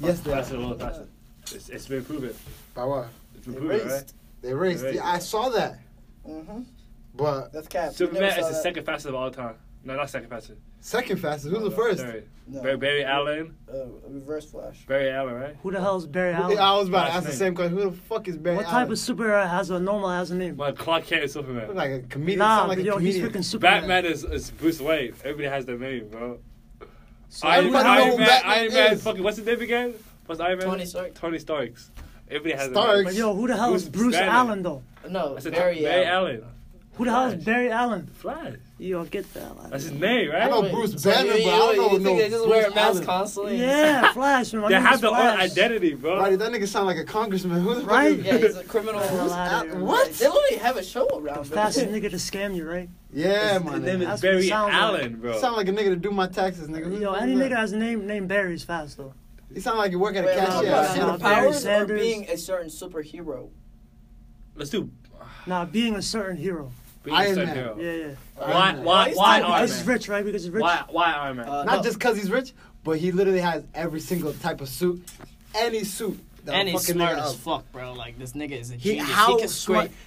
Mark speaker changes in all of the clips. Speaker 1: Yes, they
Speaker 2: That's
Speaker 1: are.
Speaker 2: it, well, that's it. It's, it's been proven.
Speaker 1: By what?
Speaker 2: It's
Speaker 3: They
Speaker 2: been proven, right?
Speaker 3: raced.
Speaker 1: They raced.
Speaker 2: Right.
Speaker 1: Yeah, I saw that,
Speaker 3: Mm-hmm.
Speaker 1: but
Speaker 3: That's cap.
Speaker 2: Superman
Speaker 3: Never
Speaker 2: is
Speaker 3: saw
Speaker 2: the
Speaker 3: that.
Speaker 2: second fastest of all time. No, not second fastest.
Speaker 1: second fastest. Who's
Speaker 2: No,
Speaker 1: the first?
Speaker 2: Third.
Speaker 3: No.
Speaker 2: Barry, Barry Allen.
Speaker 3: Uh, reverse flash.
Speaker 2: Barry Allen, right?
Speaker 4: Who the hell is Barry
Speaker 1: I
Speaker 4: Allen?
Speaker 1: was about to
Speaker 2: Last
Speaker 1: ask the
Speaker 2: name.
Speaker 1: same question. Who the fuck is Barry
Speaker 4: what
Speaker 1: Allen?
Speaker 4: type of superhero has a normal as a name?
Speaker 2: Well, Clark Kent is
Speaker 1: Look
Speaker 2: Superman.
Speaker 1: like a comedian.
Speaker 4: Nah,
Speaker 1: sound like
Speaker 4: but
Speaker 1: a
Speaker 4: yo, he's
Speaker 1: comedian.
Speaker 4: freaking Superman.
Speaker 2: Batman is, is Bruce Wayne. Everybody has their name, bro.
Speaker 4: So
Speaker 2: Iron,
Speaker 1: everybody know
Speaker 2: Iron
Speaker 1: who
Speaker 2: Man,
Speaker 1: Batman
Speaker 2: Iron Man,
Speaker 1: is.
Speaker 2: fucking, what's his name again? What's Iron Man?
Speaker 3: Tony Stark.
Speaker 2: Tony Starks. Everybody has
Speaker 1: Stark.
Speaker 2: their
Speaker 4: But yo, who the hell is
Speaker 2: Bruce
Speaker 4: Bruce
Speaker 2: Banner.
Speaker 4: Allen though?
Speaker 3: No,
Speaker 2: That's a
Speaker 3: Barry,
Speaker 2: Barry
Speaker 3: Allen.
Speaker 2: Allen.
Speaker 4: Who the hell is
Speaker 2: Flash.
Speaker 4: Barry Allen?
Speaker 2: Flash.
Speaker 4: Yo, get the hell out of
Speaker 2: That's
Speaker 4: here.
Speaker 2: his name, right?
Speaker 1: I know
Speaker 3: Wait,
Speaker 1: Bruce
Speaker 3: so
Speaker 1: Banner,
Speaker 3: you,
Speaker 1: but I
Speaker 3: you-
Speaker 1: don't know
Speaker 3: you think
Speaker 1: no
Speaker 3: they just
Speaker 1: Bruce
Speaker 3: wear a mask
Speaker 1: Allen.
Speaker 3: constantly?
Speaker 4: Yeah, Flash. My
Speaker 2: They
Speaker 4: name
Speaker 2: have
Speaker 4: is
Speaker 2: their own
Speaker 4: Flash.
Speaker 2: identity, bro.
Speaker 1: Right, that nigga sound like a congressman. Who the fuck
Speaker 4: Right?
Speaker 1: is-
Speaker 3: Yeah, he's a criminal.
Speaker 4: Bruce Allen.
Speaker 1: What?
Speaker 3: They literally have a show around. him.
Speaker 4: Fastest nigga to scam you, right?
Speaker 1: Yeah,
Speaker 2: His
Speaker 1: my
Speaker 2: name
Speaker 1: nigga.
Speaker 2: is
Speaker 4: That's what it
Speaker 2: Barry
Speaker 4: sounds like.
Speaker 2: Allen, bro.
Speaker 1: Sound like a nigga to do my taxes, nigga. Who the
Speaker 4: Yo,
Speaker 1: fuck
Speaker 4: any
Speaker 1: is that?
Speaker 4: nigga has a name named Barry is fast though.
Speaker 1: He sound like you work at a
Speaker 3: Wait,
Speaker 4: Cash
Speaker 3: are we
Speaker 1: cashier.
Speaker 4: out.
Speaker 3: talking
Speaker 1: I
Speaker 3: about
Speaker 4: Nah,
Speaker 1: see
Speaker 4: Barry
Speaker 3: Powers or
Speaker 4: Sanders.
Speaker 3: being a certain superhero.
Speaker 2: Let's do
Speaker 4: Nah, being a certain hero.
Speaker 2: being
Speaker 1: Iron
Speaker 2: a
Speaker 1: Man.
Speaker 2: hero.
Speaker 4: Yeah, yeah.
Speaker 2: Why,
Speaker 3: Why
Speaker 1: Man.
Speaker 2: why, why
Speaker 3: is
Speaker 4: Because
Speaker 2: Iron
Speaker 4: he's
Speaker 2: Man?
Speaker 4: rich, right? Because he's rich.
Speaker 2: Why, why Iron Man?
Speaker 3: Uh,
Speaker 1: Not
Speaker 3: no.
Speaker 1: just because he's rich, but he literally has every single type of suit, any suit. that a
Speaker 5: And he's
Speaker 1: fucking
Speaker 5: smart
Speaker 1: nigga
Speaker 5: as
Speaker 1: up.
Speaker 5: fuck, bro. Like this nigga is a
Speaker 1: He-
Speaker 5: genius.
Speaker 1: how
Speaker 5: he can
Speaker 1: smart-
Speaker 5: scrape.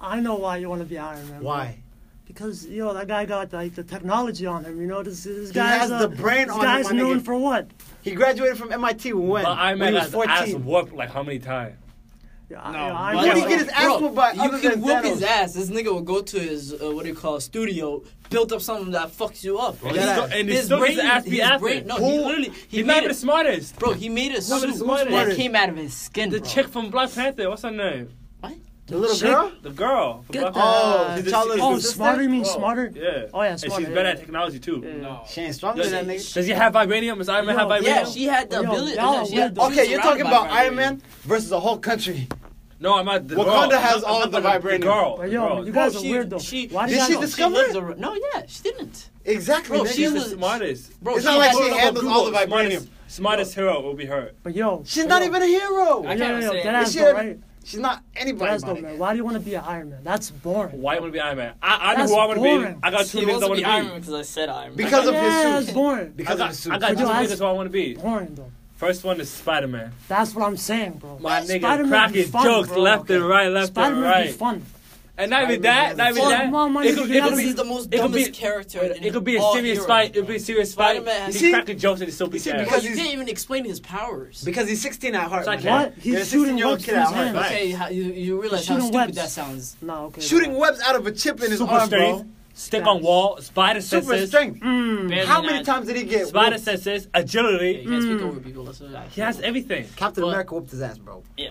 Speaker 4: I know why you want to be Iron Man. bro.
Speaker 1: Why?
Speaker 4: Because yo, that guy got like the technology on him. You know, this this
Speaker 1: He
Speaker 4: guy
Speaker 1: has the brain
Speaker 4: This
Speaker 1: on him,
Speaker 4: guy's
Speaker 1: my nigga.
Speaker 4: known for what?
Speaker 1: He graduated from MIT when?
Speaker 2: But Iron
Speaker 1: when he
Speaker 2: Man
Speaker 1: was
Speaker 2: has ass
Speaker 1: 14.
Speaker 2: warped like how many times?
Speaker 4: No,
Speaker 1: Why
Speaker 5: bro.
Speaker 1: did he get his ass
Speaker 5: Bro,
Speaker 1: whooped by other
Speaker 5: You can
Speaker 1: than
Speaker 5: whoop
Speaker 1: Thanos?
Speaker 5: his ass. This nigga will go to his uh, what do you call it, studio, built up something that fucks you up.
Speaker 2: And
Speaker 1: he
Speaker 5: His-
Speaker 1: still- and
Speaker 2: he still gets his ass beat
Speaker 5: his
Speaker 2: after.
Speaker 5: brain. No, he
Speaker 1: Who-
Speaker 5: literally he made
Speaker 2: He's not
Speaker 5: it-
Speaker 2: even the smartest.
Speaker 5: Bro, he made a
Speaker 2: the
Speaker 5: suit
Speaker 2: smartest?
Speaker 5: that came out of his skin.
Speaker 2: The
Speaker 5: bro.
Speaker 2: chick from Black Panther, what's her name?
Speaker 1: The little
Speaker 4: Shit.
Speaker 1: girl?
Speaker 2: The girl. From
Speaker 5: Get
Speaker 2: Black
Speaker 5: the-
Speaker 2: Panther.
Speaker 1: Oh,
Speaker 2: She's a-
Speaker 1: T'Challa's
Speaker 2: she's a
Speaker 4: Oh,
Speaker 2: sister?
Speaker 4: smarter you mean
Speaker 2: Bro.
Speaker 4: smarter?
Speaker 2: Yeah.
Speaker 4: Oh yeah,
Speaker 2: And
Speaker 4: smarter.
Speaker 2: she's
Speaker 4: yeah,
Speaker 2: better
Speaker 4: yeah.
Speaker 2: at technology too.
Speaker 4: Yeah.
Speaker 5: No.
Speaker 1: She ain't stronger
Speaker 2: Does,
Speaker 1: than that
Speaker 2: he,
Speaker 1: nigga.
Speaker 2: does he have vibranium? Does Iron Man have
Speaker 4: Yo,
Speaker 2: vibranium?
Speaker 5: Yeah, she had the
Speaker 4: Yo,
Speaker 5: ability.
Speaker 4: y'all
Speaker 5: no, she had-
Speaker 4: weirdo.
Speaker 5: she was
Speaker 1: Okay, you're
Speaker 5: surrounded
Speaker 1: talking
Speaker 5: by
Speaker 1: about Iron
Speaker 5: vibranium.
Speaker 1: Man versus a whole country.
Speaker 2: No, I'm not. The
Speaker 1: Wakanda
Speaker 2: girl.
Speaker 1: has
Speaker 2: I'm
Speaker 1: all
Speaker 2: not
Speaker 1: the
Speaker 2: talking about
Speaker 1: vibranium.
Speaker 2: The girl.
Speaker 4: But
Speaker 2: The
Speaker 4: yo,
Speaker 2: girl.
Speaker 4: you
Speaker 5: Bro,
Speaker 4: guys are
Speaker 5: she-
Speaker 4: weird though.
Speaker 5: she-
Speaker 4: Why do
Speaker 1: Did
Speaker 4: you
Speaker 1: she dis-
Speaker 4: guys? Know?
Speaker 1: discover
Speaker 5: lives
Speaker 1: it?
Speaker 5: ar- No, yeah, she didn't.
Speaker 1: Exactly,
Speaker 5: Bro,
Speaker 1: nigga.
Speaker 2: She's
Speaker 5: she
Speaker 2: the
Speaker 5: was-
Speaker 2: smartest.
Speaker 5: Bro,
Speaker 1: It's
Speaker 5: she
Speaker 1: not like
Speaker 5: had
Speaker 1: she
Speaker 5: the-
Speaker 1: handles all the vibranium.
Speaker 2: Smartest, smartest hero will be her.
Speaker 4: But yo,
Speaker 1: She's not
Speaker 4: yo,
Speaker 1: even a hero.
Speaker 4: Yo,
Speaker 5: I
Speaker 4: yo,
Speaker 5: can't
Speaker 4: yo,
Speaker 5: say it.
Speaker 4: that ass
Speaker 1: Is she
Speaker 4: though,
Speaker 1: a-
Speaker 4: right?
Speaker 1: She's not
Speaker 4: That
Speaker 1: anybody.
Speaker 4: ass though, man. Why do you want to be an Iron Man? That's boring.
Speaker 2: Why you want to be Iron Man? I, I know
Speaker 4: That's
Speaker 2: who I want to
Speaker 4: boring.
Speaker 2: be. I got two
Speaker 5: He
Speaker 2: niggas
Speaker 5: wants
Speaker 2: I
Speaker 5: to
Speaker 2: want
Speaker 5: be Iron Man
Speaker 2: to be.
Speaker 5: because I said Iron Man.
Speaker 1: Because of his
Speaker 4: yeah,
Speaker 1: suit.
Speaker 4: that's boring.
Speaker 2: I
Speaker 1: Because of his
Speaker 2: got,
Speaker 1: suit.
Speaker 2: I got
Speaker 4: But
Speaker 2: two
Speaker 4: yo,
Speaker 2: niggas
Speaker 4: that's-
Speaker 2: who I want to be.
Speaker 4: Boring though.
Speaker 2: First one is Spider Man.
Speaker 4: That's what I'm saying, bro.
Speaker 2: My nigga
Speaker 4: Spider-Man be
Speaker 2: cracking
Speaker 4: fun,
Speaker 2: jokes
Speaker 4: bro.
Speaker 2: left and right, left
Speaker 4: Spider-Man be
Speaker 2: and right.
Speaker 4: fun.
Speaker 2: And not even
Speaker 1: Spider-Man
Speaker 2: that, not
Speaker 1: has
Speaker 2: even
Speaker 5: a-
Speaker 2: that.
Speaker 4: Well, my
Speaker 2: It
Speaker 4: nigga,
Speaker 2: could, it
Speaker 4: that
Speaker 2: could
Speaker 4: was
Speaker 2: be
Speaker 5: He's the most
Speaker 2: it could
Speaker 5: dumbest
Speaker 2: be-
Speaker 5: character. in
Speaker 2: It could be a
Speaker 5: all
Speaker 2: serious
Speaker 5: heroes.
Speaker 2: fight. It could be a serious fight.
Speaker 5: Spider-Man has-
Speaker 2: He
Speaker 1: See?
Speaker 2: cracking jokes and he still beats
Speaker 1: see,
Speaker 2: ass.
Speaker 1: because
Speaker 5: Because you
Speaker 1: he's-
Speaker 5: can't even explain his powers.
Speaker 1: Because he's 16 at heart.
Speaker 2: It's like
Speaker 1: my man.
Speaker 4: what? He's
Speaker 1: You're a
Speaker 4: shooting
Speaker 1: 16-year-old
Speaker 4: webs
Speaker 1: kid
Speaker 4: through
Speaker 1: at
Speaker 4: his
Speaker 1: heart.
Speaker 4: hands.
Speaker 2: Right.
Speaker 5: Okay, how, you, you realize how
Speaker 4: Shooting
Speaker 5: stupid
Speaker 4: webs.
Speaker 5: that sounds.
Speaker 4: Nah, okay.
Speaker 1: Shooting
Speaker 4: bro.
Speaker 1: webs out of a chip in his
Speaker 4: Super
Speaker 1: arm,
Speaker 2: strength,
Speaker 1: bro.
Speaker 2: stick on wall, spider senses.
Speaker 1: Super strength.
Speaker 4: Hmm.
Speaker 5: Barely
Speaker 1: How many
Speaker 5: not-
Speaker 1: times did he get?
Speaker 2: Spider
Speaker 1: whooped?
Speaker 2: senses,
Speaker 5: Yeah,
Speaker 2: agility.
Speaker 5: you can't speak over people. That's what I
Speaker 2: Mm. He has everything.
Speaker 1: Captain
Speaker 5: Well-
Speaker 1: America whooped his ass, bro.
Speaker 5: Yeah,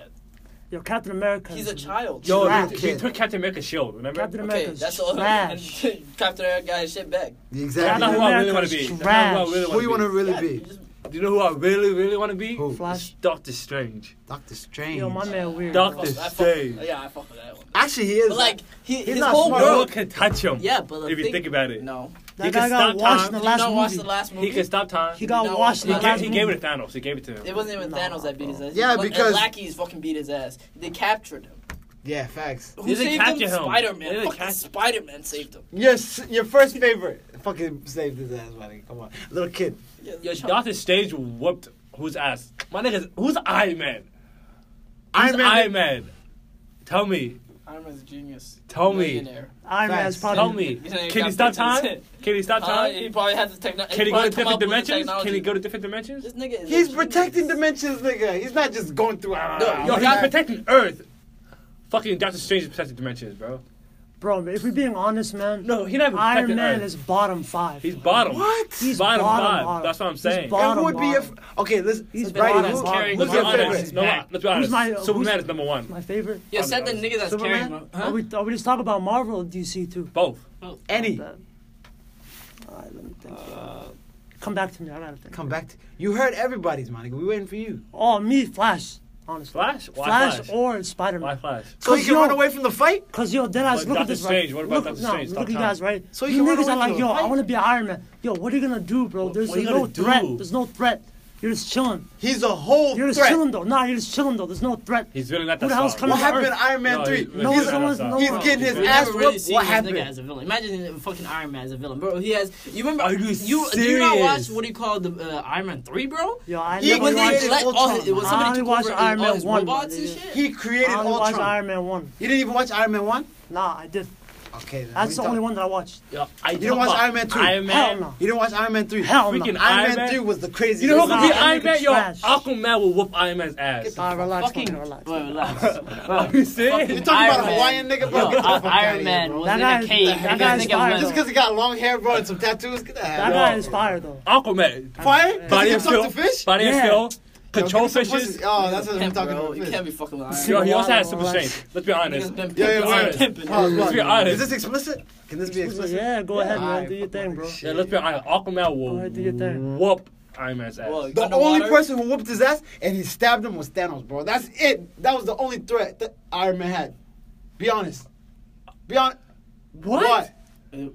Speaker 4: Yo, Captain America.
Speaker 3: He's
Speaker 4: is-
Speaker 3: a child.
Speaker 2: Yo,
Speaker 1: Slack
Speaker 2: he, he
Speaker 1: kid.
Speaker 2: took Captain America's shield, remember?
Speaker 4: Captain
Speaker 3: okay,
Speaker 4: America's
Speaker 3: that's all. And
Speaker 4: trash.
Speaker 3: Captain America got his shit back.
Speaker 2: That's not
Speaker 1: Exactly.
Speaker 2: who I really want to be.
Speaker 4: America's
Speaker 2: That's not who I
Speaker 4: trash.
Speaker 2: really
Speaker 1: Who you want
Speaker 2: want
Speaker 1: to
Speaker 2: to
Speaker 1: really
Speaker 3: Yeah, you
Speaker 1: be?
Speaker 3: just-
Speaker 2: be. Do you know who I really, really want to be?
Speaker 1: Who?
Speaker 4: Flash.
Speaker 2: Doctor Strange.
Speaker 1: Doctor Strange.
Speaker 4: Yo, my man weird.
Speaker 3: I
Speaker 2: Doctor
Speaker 3: fuck- I fuck-
Speaker 2: Strange.
Speaker 3: Yeah, I fuck with that one.
Speaker 1: Actually, he is.
Speaker 5: but like he, his
Speaker 1: not
Speaker 5: whole
Speaker 1: smart.
Speaker 2: No one
Speaker 5: world.
Speaker 2: can touch him.
Speaker 5: Yeah, but the
Speaker 2: if you
Speaker 5: thing-
Speaker 2: think about it,
Speaker 3: No,
Speaker 2: He
Speaker 4: That
Speaker 2: can
Speaker 4: guy got
Speaker 2: stop
Speaker 4: washed
Speaker 2: time.
Speaker 4: in
Speaker 2: Did
Speaker 4: the
Speaker 5: Did you
Speaker 4: last
Speaker 5: not watch
Speaker 4: movie.
Speaker 5: the last movie?
Speaker 2: he can stop time.
Speaker 4: He
Speaker 2: He,
Speaker 4: got
Speaker 3: No,
Speaker 4: washed in
Speaker 3: he
Speaker 4: the
Speaker 3: got-
Speaker 2: gave,
Speaker 4: last
Speaker 2: he
Speaker 4: movie.
Speaker 2: gave it to Thanos. He gave it to him.
Speaker 5: It wasn't even Thanos that beat his ass.
Speaker 1: Yeah,
Speaker 5: It was-
Speaker 1: because-
Speaker 5: the lackeys fucking beat his ass. They captured him.
Speaker 1: yeah, facts.
Speaker 2: They
Speaker 5: Who
Speaker 2: didn't
Speaker 5: saved
Speaker 2: capture
Speaker 5: him?
Speaker 2: him.
Speaker 5: Spider
Speaker 2: They didn't
Speaker 5: Man. Fucking
Speaker 2: catch-
Speaker 5: Spider Man saved him.
Speaker 1: Your s- your first favorite. Fucking saved his ass, my nigga. Come on, little kid.
Speaker 5: Yeah,
Speaker 2: Yo, Doctor Strange whooped whose ass? My niggas, who's Iron Man? Who's
Speaker 1: Iron Man.
Speaker 2: Iron Man. Tell me.
Speaker 3: Iron Man's a genius.
Speaker 2: Tell me.
Speaker 3: Millionaire.
Speaker 4: Iron Man's
Speaker 1: Facts.
Speaker 2: Tell
Speaker 4: probably.
Speaker 2: me.
Speaker 5: You know, you
Speaker 2: Can he
Speaker 5: got
Speaker 2: stop
Speaker 5: pictures.
Speaker 2: time? Can he stop
Speaker 5: Uh, he
Speaker 2: time?
Speaker 5: probably has the technology.
Speaker 2: Can he go to different dimensions? Can he go to different dimensions?
Speaker 5: This nigga is.
Speaker 1: He's
Speaker 5: a
Speaker 1: protecting
Speaker 5: genius.
Speaker 1: dimensions, nigga. He's not just going through.
Speaker 5: No,
Speaker 2: Yo,
Speaker 5: Yo,
Speaker 2: he's
Speaker 5: God-
Speaker 2: protecting Earth. Fucking Doctor Strange is protecting dimensions, bro.
Speaker 4: Bro, if we're being honest, man,
Speaker 2: No, he not even
Speaker 4: Iron
Speaker 2: protecting
Speaker 4: Man
Speaker 2: Earth.
Speaker 4: is bottom five.
Speaker 2: He's bottom.
Speaker 1: What?
Speaker 4: He's
Speaker 2: bottom,
Speaker 4: bottom,
Speaker 2: five.
Speaker 4: bottom.
Speaker 2: That's what I'm
Speaker 4: He's
Speaker 2: saying.
Speaker 4: bottom.
Speaker 1: it would be
Speaker 4: bottom.
Speaker 1: if okay. Let's.
Speaker 4: He's
Speaker 1: Brady,
Speaker 4: bottom,
Speaker 1: who-
Speaker 4: bottom.
Speaker 5: carrying
Speaker 1: who's
Speaker 5: the
Speaker 2: Let's be
Speaker 1: your
Speaker 5: bottom.
Speaker 2: honest.
Speaker 1: favorite?
Speaker 2: No, let's be honest.
Speaker 4: my- who's-
Speaker 2: Superman is number one.
Speaker 4: My favorite.
Speaker 5: Yo, said the nigga that's carrying
Speaker 1: Superman?
Speaker 5: him.
Speaker 4: Are we, are we just talking about Marvel or DC too?
Speaker 2: Both.
Speaker 1: Any.
Speaker 4: Alright, let me think. Come back to me. I gotta think.
Speaker 1: Come back. To, you heard everybody's, my nigga. We waiting for you.
Speaker 4: Oh, me, Flash. Honestly.
Speaker 2: Flash? Why
Speaker 4: Flash,
Speaker 2: Flash?
Speaker 4: or Spider
Speaker 2: Why
Speaker 4: Man.
Speaker 2: Flash?
Speaker 1: So you
Speaker 4: Cause
Speaker 1: can
Speaker 4: yo-
Speaker 1: run away from the fight.
Speaker 4: Cause yo, then I
Speaker 2: But
Speaker 4: look
Speaker 2: Doctor
Speaker 4: at this
Speaker 2: Strange, what
Speaker 4: right.
Speaker 2: about
Speaker 4: look,
Speaker 2: Doctor
Speaker 4: no,
Speaker 2: Strange? Stop
Speaker 4: Look at you
Speaker 2: time.
Speaker 4: guys, right?
Speaker 1: So
Speaker 4: So
Speaker 1: you
Speaker 4: you
Speaker 1: can run
Speaker 4: niggas
Speaker 1: away
Speaker 4: are like,
Speaker 1: to a
Speaker 4: yo, I
Speaker 1: fight?
Speaker 4: want to be Iron Man. Yo, what are you gonna do, bro? There's
Speaker 2: what you
Speaker 4: no
Speaker 2: gonna
Speaker 4: threat.
Speaker 2: do?
Speaker 4: There's no threat. You're just chilling.
Speaker 1: He's a whole
Speaker 4: You're just
Speaker 1: threat.
Speaker 4: chilling though. Nah, you're just chilling though. There's no threat.
Speaker 2: He's really not that
Speaker 4: Who the hell's
Speaker 2: solid.
Speaker 4: coming
Speaker 1: What
Speaker 4: to
Speaker 1: happened in
Speaker 4: Earth?
Speaker 1: Iron Man
Speaker 2: No,
Speaker 1: three?
Speaker 2: he's-
Speaker 4: No
Speaker 1: he's
Speaker 4: one's, no one's, no
Speaker 1: he's
Speaker 4: one's-
Speaker 1: getting his
Speaker 5: We
Speaker 1: ass
Speaker 5: never really
Speaker 1: whooped.
Speaker 5: seen
Speaker 1: What
Speaker 5: this
Speaker 1: happened?
Speaker 5: nigga as a villain. Imagine a fucking Iron Man as a villain, bro. He has. You remember?
Speaker 2: Are
Speaker 5: Do
Speaker 2: you
Speaker 5: you not watch
Speaker 2: serious?
Speaker 5: what do you call the uh, Iron Man three, bro?
Speaker 4: Yo, I
Speaker 1: He
Speaker 4: never
Speaker 5: when
Speaker 1: was
Speaker 4: watched-
Speaker 5: they
Speaker 1: in
Speaker 5: let all
Speaker 1: Ultron.
Speaker 5: his, when
Speaker 4: I only
Speaker 5: somebody took
Speaker 4: watched
Speaker 5: over
Speaker 4: Iron
Speaker 5: all
Speaker 4: Man
Speaker 5: his
Speaker 4: one,
Speaker 5: robots and
Speaker 4: nigga.
Speaker 5: shit.
Speaker 1: He created
Speaker 4: I only watched
Speaker 1: Ultron.
Speaker 4: Iron Man one.
Speaker 1: You didn't even watch Iron Man one.
Speaker 4: Nah, I did.
Speaker 1: Okay, then. What are
Speaker 4: That's
Speaker 1: you
Speaker 4: the only
Speaker 1: talking-
Speaker 4: one that I watched.
Speaker 2: Yo, I
Speaker 1: You didn't watch Iron Man 2?
Speaker 2: Iron Man.
Speaker 4: Hell no.
Speaker 1: You didn't watch Iron Man three.
Speaker 4: Hell no.
Speaker 2: Freaking
Speaker 4: Nah,
Speaker 1: Iron Man
Speaker 2: Man.
Speaker 1: three was the craziest.
Speaker 2: You know who could
Speaker 4: Nah,
Speaker 2: be
Speaker 4: that
Speaker 2: Iron
Speaker 4: nigga
Speaker 2: Man? Yo,
Speaker 4: trash.
Speaker 2: Aquaman will whoop Iron Man's ass.
Speaker 4: relax,
Speaker 5: fucking-
Speaker 4: fucking relax.
Speaker 5: Wait, relax.
Speaker 2: Are you serious?
Speaker 1: You're talking about a
Speaker 5: Iron
Speaker 1: Hawaiian
Speaker 5: Man.
Speaker 1: nigga,
Speaker 5: Yo,
Speaker 1: bro. Get the
Speaker 5: uh,
Speaker 1: fuck outta
Speaker 5: Iron
Speaker 1: here,
Speaker 5: Man
Speaker 1: bro.
Speaker 5: was
Speaker 4: That
Speaker 5: in
Speaker 4: guy
Speaker 5: a
Speaker 4: is-
Speaker 5: cave.
Speaker 4: that
Speaker 5: That
Speaker 4: guy is
Speaker 5: guy's
Speaker 4: fire.
Speaker 1: Just because he got long hair, bro, and some tattoos, get the hell
Speaker 4: That
Speaker 1: out.
Speaker 4: guy is fire though.
Speaker 2: Aquaman.
Speaker 1: Fire? Cause
Speaker 2: Body
Speaker 1: he
Speaker 2: and
Speaker 1: can talk to
Speaker 2: skill.
Speaker 1: fish?
Speaker 2: Body and
Speaker 4: Yeah.
Speaker 2: skill.
Speaker 1: Yo, give
Speaker 2: Control
Speaker 1: me some
Speaker 2: fishes.
Speaker 1: pussy. Oh, that's what I'm
Speaker 5: Pimp,
Speaker 1: talking
Speaker 5: bro.
Speaker 1: about.
Speaker 5: You
Speaker 1: fish.
Speaker 5: can't be fucking lying.
Speaker 2: Yo, he also
Speaker 4: Wow,
Speaker 2: has super
Speaker 4: relax.
Speaker 2: strength. Let's be honest.
Speaker 5: Niggas been
Speaker 1: Yeah, yeah,
Speaker 5: pimping,
Speaker 1: wait.
Speaker 5: been pimping.
Speaker 1: Pause,
Speaker 2: Let's
Speaker 1: pause.
Speaker 2: be honest.
Speaker 1: Is this explicit? Can this be explicit?
Speaker 4: Yeah, go ahead, man.
Speaker 1: Alright,
Speaker 4: Do your thing, bro.
Speaker 2: Yeah, let's be honest. Aquaman
Speaker 4: Go ahead, do your
Speaker 2: will
Speaker 4: thing.
Speaker 2: whoop Iron Man's ass.
Speaker 5: Well,
Speaker 1: The
Speaker 5: Underwater.
Speaker 1: only person who whooped his ass and he stabbed him was Thanos, bro. That's it. That was the only threat that Iron Man had. Be honest. Be honest.
Speaker 2: What?
Speaker 5: He-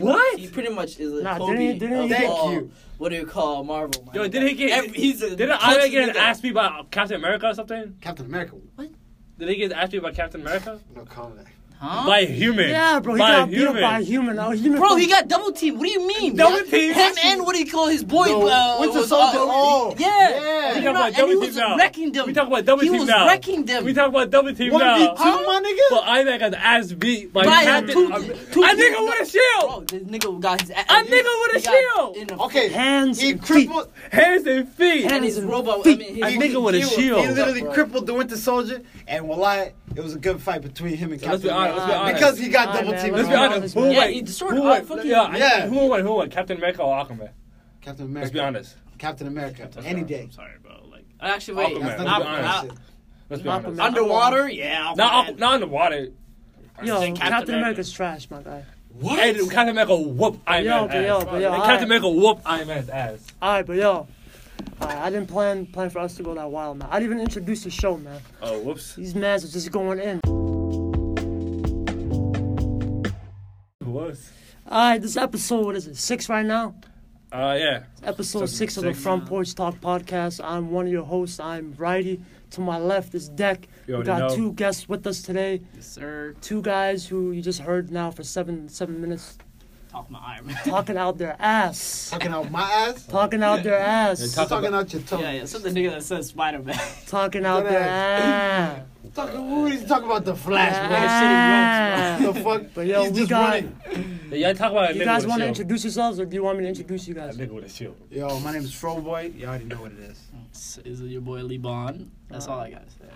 Speaker 2: What?
Speaker 5: He pretty much is a
Speaker 4: Nah,
Speaker 5: Kobe.
Speaker 4: didn't he- didn't
Speaker 5: of
Speaker 4: he-
Speaker 1: Thank
Speaker 5: all-
Speaker 1: you.
Speaker 5: What do you call Marvel? my
Speaker 2: Yo,
Speaker 5: nigga.
Speaker 2: did he get?
Speaker 5: Every- he's a
Speaker 2: did Iron Man get an
Speaker 5: nigga.
Speaker 2: ass beat by Captain America or something?
Speaker 1: Captain America.
Speaker 2: Did he get an ass beat by Captain America?
Speaker 1: No comment.
Speaker 5: Huh?
Speaker 2: By a human.
Speaker 4: Oh. Yeah, bro. He
Speaker 2: By a
Speaker 4: got beat up
Speaker 2: human.
Speaker 4: by a human. A human
Speaker 5: Bro,
Speaker 4: fucking-
Speaker 5: he got double teamed. What do you mean?
Speaker 2: Double
Speaker 5: Yeah.
Speaker 2: teamed?
Speaker 5: Him and what do you call his boy?
Speaker 1: No,
Speaker 5: uh,
Speaker 1: Winter
Speaker 5: was,
Speaker 1: Soldier.
Speaker 5: uh,
Speaker 1: Oh,
Speaker 5: yeah.
Speaker 1: yeah.
Speaker 5: You
Speaker 2: We
Speaker 1: He
Speaker 2: talk
Speaker 5: know,
Speaker 2: about
Speaker 5: and
Speaker 2: double
Speaker 5: he
Speaker 2: team
Speaker 5: was
Speaker 2: now.
Speaker 5: wrecking them.
Speaker 2: We talk about double
Speaker 5: He
Speaker 2: team
Speaker 5: was
Speaker 2: now.
Speaker 5: wrecking them.
Speaker 2: We talk about double team
Speaker 1: One v
Speaker 2: now.
Speaker 1: two, my
Speaker 2: But
Speaker 1: nigga.
Speaker 2: Iron Man got the ass beat by
Speaker 5: By a
Speaker 2: Captain um,
Speaker 5: two-
Speaker 2: America.
Speaker 5: two-
Speaker 2: A nigga with a
Speaker 5: Bro,
Speaker 2: shield.
Speaker 5: this nigga got his ass.
Speaker 2: A nigga with a shield.
Speaker 1: Okay.
Speaker 4: hands.
Speaker 1: He
Speaker 4: and feet.
Speaker 1: crippled.
Speaker 2: Hands and feet.
Speaker 5: And
Speaker 4: Hands
Speaker 5: his
Speaker 4: and
Speaker 5: robot. I
Speaker 4: feet.
Speaker 5: mean, his
Speaker 2: A nigga with a
Speaker 5: he was-
Speaker 2: shield.
Speaker 1: He literally
Speaker 5: Bro.
Speaker 1: crippled the Winter Soldier, and Wallahi, it was a good fight between him and
Speaker 2: So let's
Speaker 1: Captain
Speaker 2: be honest, let's be
Speaker 1: America
Speaker 2: honest.
Speaker 1: because he got
Speaker 4: All right,
Speaker 1: double
Speaker 4: man,
Speaker 1: teamed.
Speaker 2: Let's be
Speaker 1: bro.
Speaker 2: honest. Who
Speaker 5: Yeah,
Speaker 2: won?
Speaker 5: he destroyed
Speaker 2: Who
Speaker 5: all
Speaker 2: won?
Speaker 5: fucking-
Speaker 2: Yeah, I-
Speaker 1: Yeah.
Speaker 2: Who won? Who won? Captain America or Aquaman?
Speaker 1: Captain America.
Speaker 2: Let's be honest.
Speaker 1: Captain America. Any day.
Speaker 2: I'm sorry, bro. Like,
Speaker 5: Actually, wait.
Speaker 2: Aquaman.
Speaker 1: That's
Speaker 2: Man,
Speaker 1: not
Speaker 2: let's be
Speaker 1: even
Speaker 2: honest.
Speaker 1: bullshit.
Speaker 2: let's be
Speaker 4: Aquaman.
Speaker 2: honest.
Speaker 5: Underwater, yeah.
Speaker 2: Not
Speaker 5: Aquaman.
Speaker 2: aqu- not in the water.
Speaker 4: Yo,
Speaker 5: Captain
Speaker 4: Captain,
Speaker 5: America.
Speaker 4: America's trash, my guy.
Speaker 2: What? And Captain America whoop Iron
Speaker 4: Yo,
Speaker 2: Man's
Speaker 4: but yo,
Speaker 2: ass.
Speaker 4: but
Speaker 2: And
Speaker 4: yo, all
Speaker 2: Captain
Speaker 4: right.
Speaker 2: America whoop Iron Man's ass.
Speaker 4: All right, but yo. All right, I didn't plan plan for us to go that wild, man. I didn't even introduce the show, man.
Speaker 2: Oh, whoops.
Speaker 4: These mans are just going in.
Speaker 2: Whoops.
Speaker 4: All right, this episode, what is it, six right now?
Speaker 2: Uh, yeah.
Speaker 4: Episode
Speaker 2: Something
Speaker 4: six of the
Speaker 2: six.
Speaker 4: Front Porch Talk podcast. I'm one of your hosts. I'm Righty. To my left is Deck.
Speaker 2: You
Speaker 4: we
Speaker 2: already
Speaker 4: got
Speaker 2: know.
Speaker 4: two guests with us today.
Speaker 5: Yes, sir.
Speaker 4: Two guys who you just heard now for seven seven minutes
Speaker 5: Talk my Iron Man.
Speaker 4: talking out their ass.
Speaker 1: Talking out my ass.
Speaker 4: Talking out their
Speaker 2: They're
Speaker 4: ass.
Speaker 1: Talking,
Speaker 2: Talk
Speaker 1: talking out your tongue.
Speaker 5: Yeah, yeah. So the nigga that says Spider Man.
Speaker 4: Talking out their ass.
Speaker 1: Talking, who is he talking about? The Flash,
Speaker 4: Ah.
Speaker 1: bro. the fuck?
Speaker 4: But yo,
Speaker 1: He's
Speaker 4: we
Speaker 1: just
Speaker 4: got.
Speaker 1: running.
Speaker 2: Y'all talk about a
Speaker 4: You
Speaker 2: nigga
Speaker 4: guys
Speaker 2: with
Speaker 4: want
Speaker 2: a
Speaker 4: to
Speaker 2: shield.
Speaker 4: introduce yourselves, or do you want me to introduce you
Speaker 2: A
Speaker 4: guys?
Speaker 2: nigga with a shield.
Speaker 1: Yo, my name is Froboy. You already know what it is.
Speaker 5: Is it your boy Lee Bond? That's all I gotta say.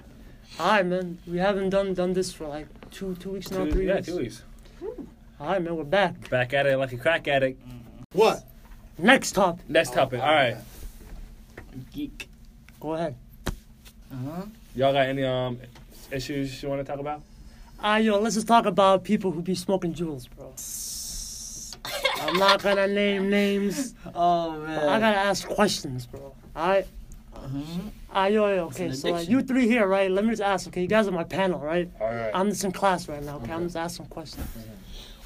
Speaker 4: All right, man. We haven't done done this for like two two weeks now,
Speaker 2: Two,
Speaker 4: three
Speaker 2: yeah,
Speaker 4: weeks.
Speaker 2: two weeks.
Speaker 4: All right, man. We're back.
Speaker 2: Back at it like a crack addict.
Speaker 1: What?
Speaker 4: Next topic.
Speaker 2: Next topic. All right.
Speaker 5: Geek.
Speaker 4: Go ahead.
Speaker 5: Uh-huh.
Speaker 2: Y'all got any um issues you want to talk about?
Speaker 4: Ah, yo, let's just talk about people who be smoking jewels, bro. I'm not gonna name names.
Speaker 5: Oh
Speaker 4: but
Speaker 5: man.
Speaker 4: I gotta ask questions, bro. All right.
Speaker 5: Mhm.
Speaker 4: Ah, yo, yo. Okay,
Speaker 5: an
Speaker 4: so like,
Speaker 5: addiction.
Speaker 4: you three here, right? Let me just ask. Okay, you guys are my panel, right?
Speaker 2: All right.
Speaker 4: I'm just in class right now. Okay, I'm just asking questions.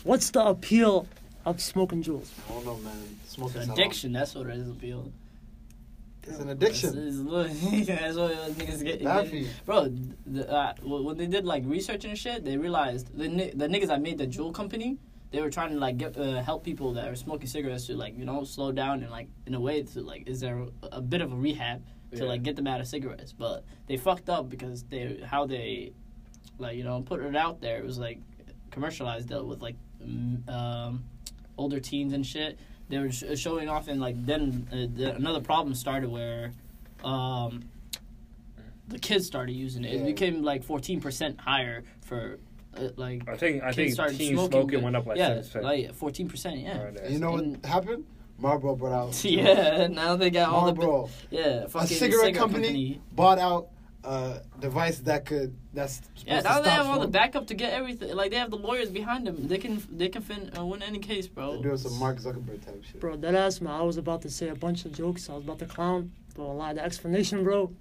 Speaker 4: What's the appeal of smoking jewels?
Speaker 1: I don't know, man. Smoking
Speaker 5: It's addiction. That's what it is. Appeal.
Speaker 1: It's an
Speaker 5: That's,
Speaker 1: addiction.
Speaker 5: it's, look, that's what those niggas get.
Speaker 1: Laffy.
Speaker 5: Bro, the, uh, w- when they did like research and shit, they realized the ni- the niggas that made the jewel company, they were trying to like get uh, help people that are smoking cigarettes to like you know slow down and like in a way to like is there a, a bit of a rehab to
Speaker 2: Yeah.
Speaker 5: like get them out of cigarettes, but they fucked up because they how they like you know put it out there it was like commercialized dealt with like mm, um, older teens and shit. They were sh- uh, showing off and like then uh, the, another problem started where. Um, the kids started using it. It
Speaker 1: Yeah.
Speaker 5: became like fourteen percent higher for uh, like
Speaker 2: I think I
Speaker 5: kids
Speaker 2: think
Speaker 5: started
Speaker 2: teen
Speaker 5: smoking.
Speaker 2: smoking went up like
Speaker 5: yeah,
Speaker 2: 10%.
Speaker 5: like fourteen percent. Yeah,
Speaker 2: Alright,
Speaker 1: You know what happened? Marlboro brought out.
Speaker 5: yeah. Now they got all
Speaker 1: Marlboro,
Speaker 5: the yeah
Speaker 1: a
Speaker 5: fucking
Speaker 1: cigarette, company, bought out a device that could that's supposed
Speaker 5: Yeah,
Speaker 1: to
Speaker 5: now they
Speaker 1: stop
Speaker 5: have all the
Speaker 1: smoking.
Speaker 5: backup to get everything. Like they have the lawyers behind them. They can they can fin- uh, win any case,
Speaker 1: They're
Speaker 5: bro.
Speaker 1: doing some Mark Zuckerberg type shit.
Speaker 4: Bro, that ass, man. I was about to say a bunch of jokes. I was about to clown. But a lot of the explanation, bro.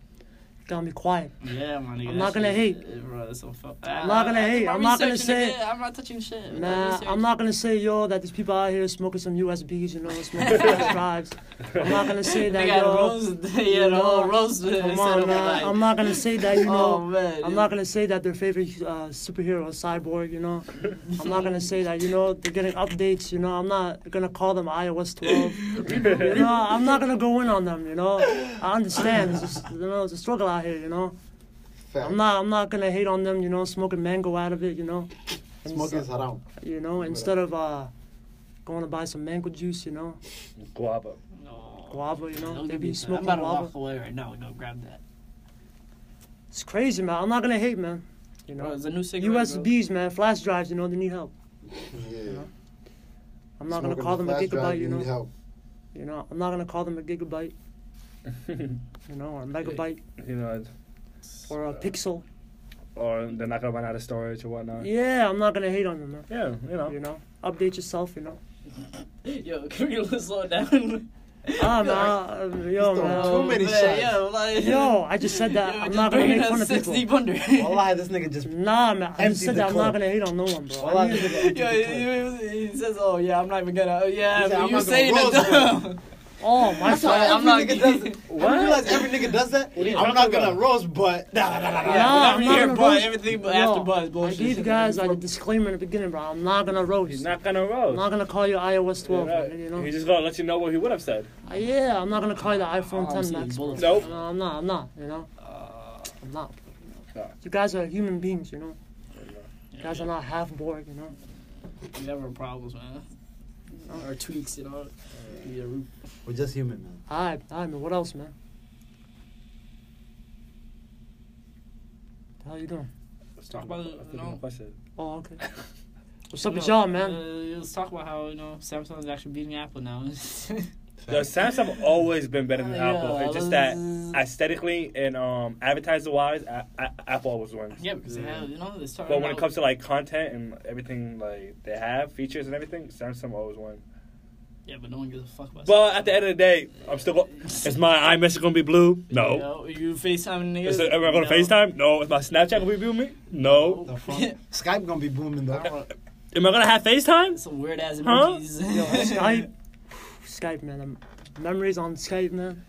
Speaker 4: gotta be quiet.
Speaker 5: Yeah, my nigga.
Speaker 4: I'm
Speaker 5: that
Speaker 4: not gonna
Speaker 5: shit-
Speaker 4: hate.
Speaker 5: eh, Bro, that's so fu-
Speaker 4: I'm not gonna
Speaker 5: I- I did
Speaker 4: hate.
Speaker 5: my
Speaker 4: I'm not gonna
Speaker 5: research in
Speaker 4: say-
Speaker 5: the- I'm not touching shit.
Speaker 4: Nah,
Speaker 5: research.
Speaker 4: I'm not gonna say yo that there's people out here smoking some USBs, you know, smoking fast drives. I'm not gonna say
Speaker 5: They
Speaker 4: that
Speaker 5: got
Speaker 4: yo.
Speaker 5: roasted. Yeah, the whole roast. eh,
Speaker 4: Come on, nah, I'm not gonna say that
Speaker 5: Oh
Speaker 4: you know.
Speaker 5: man,
Speaker 4: I'm not gonna say that their favorite uh, superhero is Cyborg, you know. I'm not gonna say that you know they're getting updates, you know. I'm not gonna call them iOS 12. you know, I'm not gonna go in on them, you know. I understand. It's just, you know, it's a struggle out here, you know.
Speaker 1: Fact.
Speaker 4: I'm not. I'm not gonna hate on them, you know. Smoking mango out of it, you know. And
Speaker 1: Smoking
Speaker 4: so-
Speaker 1: is haram.
Speaker 4: you know, instead of uh, going to buy some mango juice, you know,
Speaker 2: Guava.
Speaker 4: guava, you know,
Speaker 5: Don't
Speaker 4: they
Speaker 5: give
Speaker 4: be
Speaker 5: me that. I'm
Speaker 4: smoking
Speaker 5: about to
Speaker 4: guava.
Speaker 5: walk away right now and go grab that.
Speaker 4: It's crazy, man. I'm not gonna hate, man. You
Speaker 5: Bro,
Speaker 4: know,
Speaker 5: it's a new cigarette. bro.
Speaker 4: USBs, man, flash drives, you know, they need help.
Speaker 1: Yeah.
Speaker 4: I'm not
Speaker 1: Smoking
Speaker 4: gonna call them a
Speaker 1: flash drive,
Speaker 4: gigabyte, you
Speaker 1: need
Speaker 4: know.
Speaker 1: help.
Speaker 4: You know, I'm not gonna call them a gigabyte,
Speaker 2: you
Speaker 4: you know, or a megabyte
Speaker 2: know,
Speaker 4: or a pixel.
Speaker 2: or they're not gonna run out of storage or whatnot. Yeah,
Speaker 4: Yeah, I'm not gonna hate on them, man.
Speaker 2: you know.
Speaker 4: You know, update yourself, you know.
Speaker 5: Yo, can we slow it down?
Speaker 4: Ah, man, uh, yo,
Speaker 1: He's
Speaker 4: man.
Speaker 1: throwing too many shots.
Speaker 5: Yo, Oh, like,
Speaker 4: Yo, I just said that.
Speaker 5: Yo,
Speaker 4: I'm
Speaker 5: just
Speaker 4: not gonna
Speaker 5: bringing
Speaker 4: make
Speaker 5: us
Speaker 4: fun of
Speaker 5: six
Speaker 4: people.
Speaker 5: deep under.
Speaker 1: Wallahi, this nigga just.
Speaker 4: Nah, man, I
Speaker 1: Empty
Speaker 4: just said
Speaker 1: the
Speaker 4: that. I'm not
Speaker 1: clip.
Speaker 4: gonna hate on no one, bro. I
Speaker 1: Wallahi,
Speaker 4: mean-
Speaker 1: this nigga emptied
Speaker 5: Yo,
Speaker 1: the clip.
Speaker 5: he, he- he says, "Oh yeah, I'm not even gonna." Oh yeah,
Speaker 1: He said,
Speaker 5: but
Speaker 1: "I'm
Speaker 5: you're
Speaker 1: not gonna
Speaker 5: saying
Speaker 1: roast
Speaker 5: it though.
Speaker 4: Oh, my
Speaker 1: That's why
Speaker 4: fault.
Speaker 5: I'm
Speaker 1: every
Speaker 5: not-
Speaker 1: nigga does it.
Speaker 2: What?
Speaker 1: I realize every nigga does that.
Speaker 2: What are you
Speaker 1: I'm not
Speaker 2: talking
Speaker 1: gonna
Speaker 2: about?
Speaker 1: roast, but nah, nah, nah, nah.
Speaker 4: Yeah,
Speaker 5: Whatever
Speaker 4: I'm
Speaker 5: you
Speaker 4: not
Speaker 5: hear,
Speaker 4: gonna
Speaker 5: boy,
Speaker 4: roast-
Speaker 5: everything
Speaker 4: Yo,
Speaker 5: after buzz, bullshit.
Speaker 4: I gave you guys like a disclaimer in the beginning, bro. I'm not gonna roast.
Speaker 2: He's not gonna
Speaker 4: I'm
Speaker 2: roast.
Speaker 4: not gonna call you iOS 12,
Speaker 2: Yeah,
Speaker 4: man, you know.
Speaker 2: He's just gonna let you know what he would have said.
Speaker 4: Uh, yeah, I'm not gonna call you the iPhone
Speaker 5: Oh, I'm
Speaker 4: 10
Speaker 5: seeing
Speaker 4: Max. bro.
Speaker 5: bullets. Uh,
Speaker 2: Nope.
Speaker 4: No, I'm not. I'm not. You know, I'm not.
Speaker 2: No.
Speaker 4: You guys are human beings, you know. You guys
Speaker 5: Yeah.
Speaker 4: are not half Borg, you know.
Speaker 5: We have our problems, man. Our tweaks and all. Yeah, we-
Speaker 1: We're just human, man.
Speaker 4: Alright, alright, man. What else, man? How you doing?
Speaker 2: Let's talk
Speaker 5: about
Speaker 2: about
Speaker 5: it,
Speaker 2: it.
Speaker 5: no.
Speaker 2: question.
Speaker 4: Oh, okay. What's up
Speaker 5: you
Speaker 4: with
Speaker 5: know,
Speaker 4: y'all, man?
Speaker 5: Uh, let's talk about how you know Samsung's actually beating Apple now.
Speaker 2: The Samsung always been better than
Speaker 5: Yeah,
Speaker 2: Apple. It's just that
Speaker 5: let's-
Speaker 2: aesthetically and um, advertiser wise, a- a- Apple always wins.
Speaker 5: yeah, because they have you know they
Speaker 4: Oh,
Speaker 5: started.
Speaker 2: But when it
Speaker 5: out-
Speaker 2: comes to like content and everything like they have features and everything, Samsung always wins.
Speaker 5: yeah, but no one gives a fuck about.
Speaker 2: But at the end of the day, I'm still. Go- is my iMessage gonna be blue? No.
Speaker 5: You, know, you FaceTime niggas.
Speaker 2: Is it, am I gonna
Speaker 5: No.
Speaker 2: FaceTime? No. Is my Snapchat gonna be blue me? No.
Speaker 1: The fuck? Skype gonna be booming
Speaker 5: I don't
Speaker 1: though.
Speaker 5: want
Speaker 2: Am I gonna have FaceTime?
Speaker 5: some weird ass
Speaker 2: Huh?
Speaker 5: emojis.
Speaker 4: Yo, Skype, Skype, man. Um, Memories on Skype, man.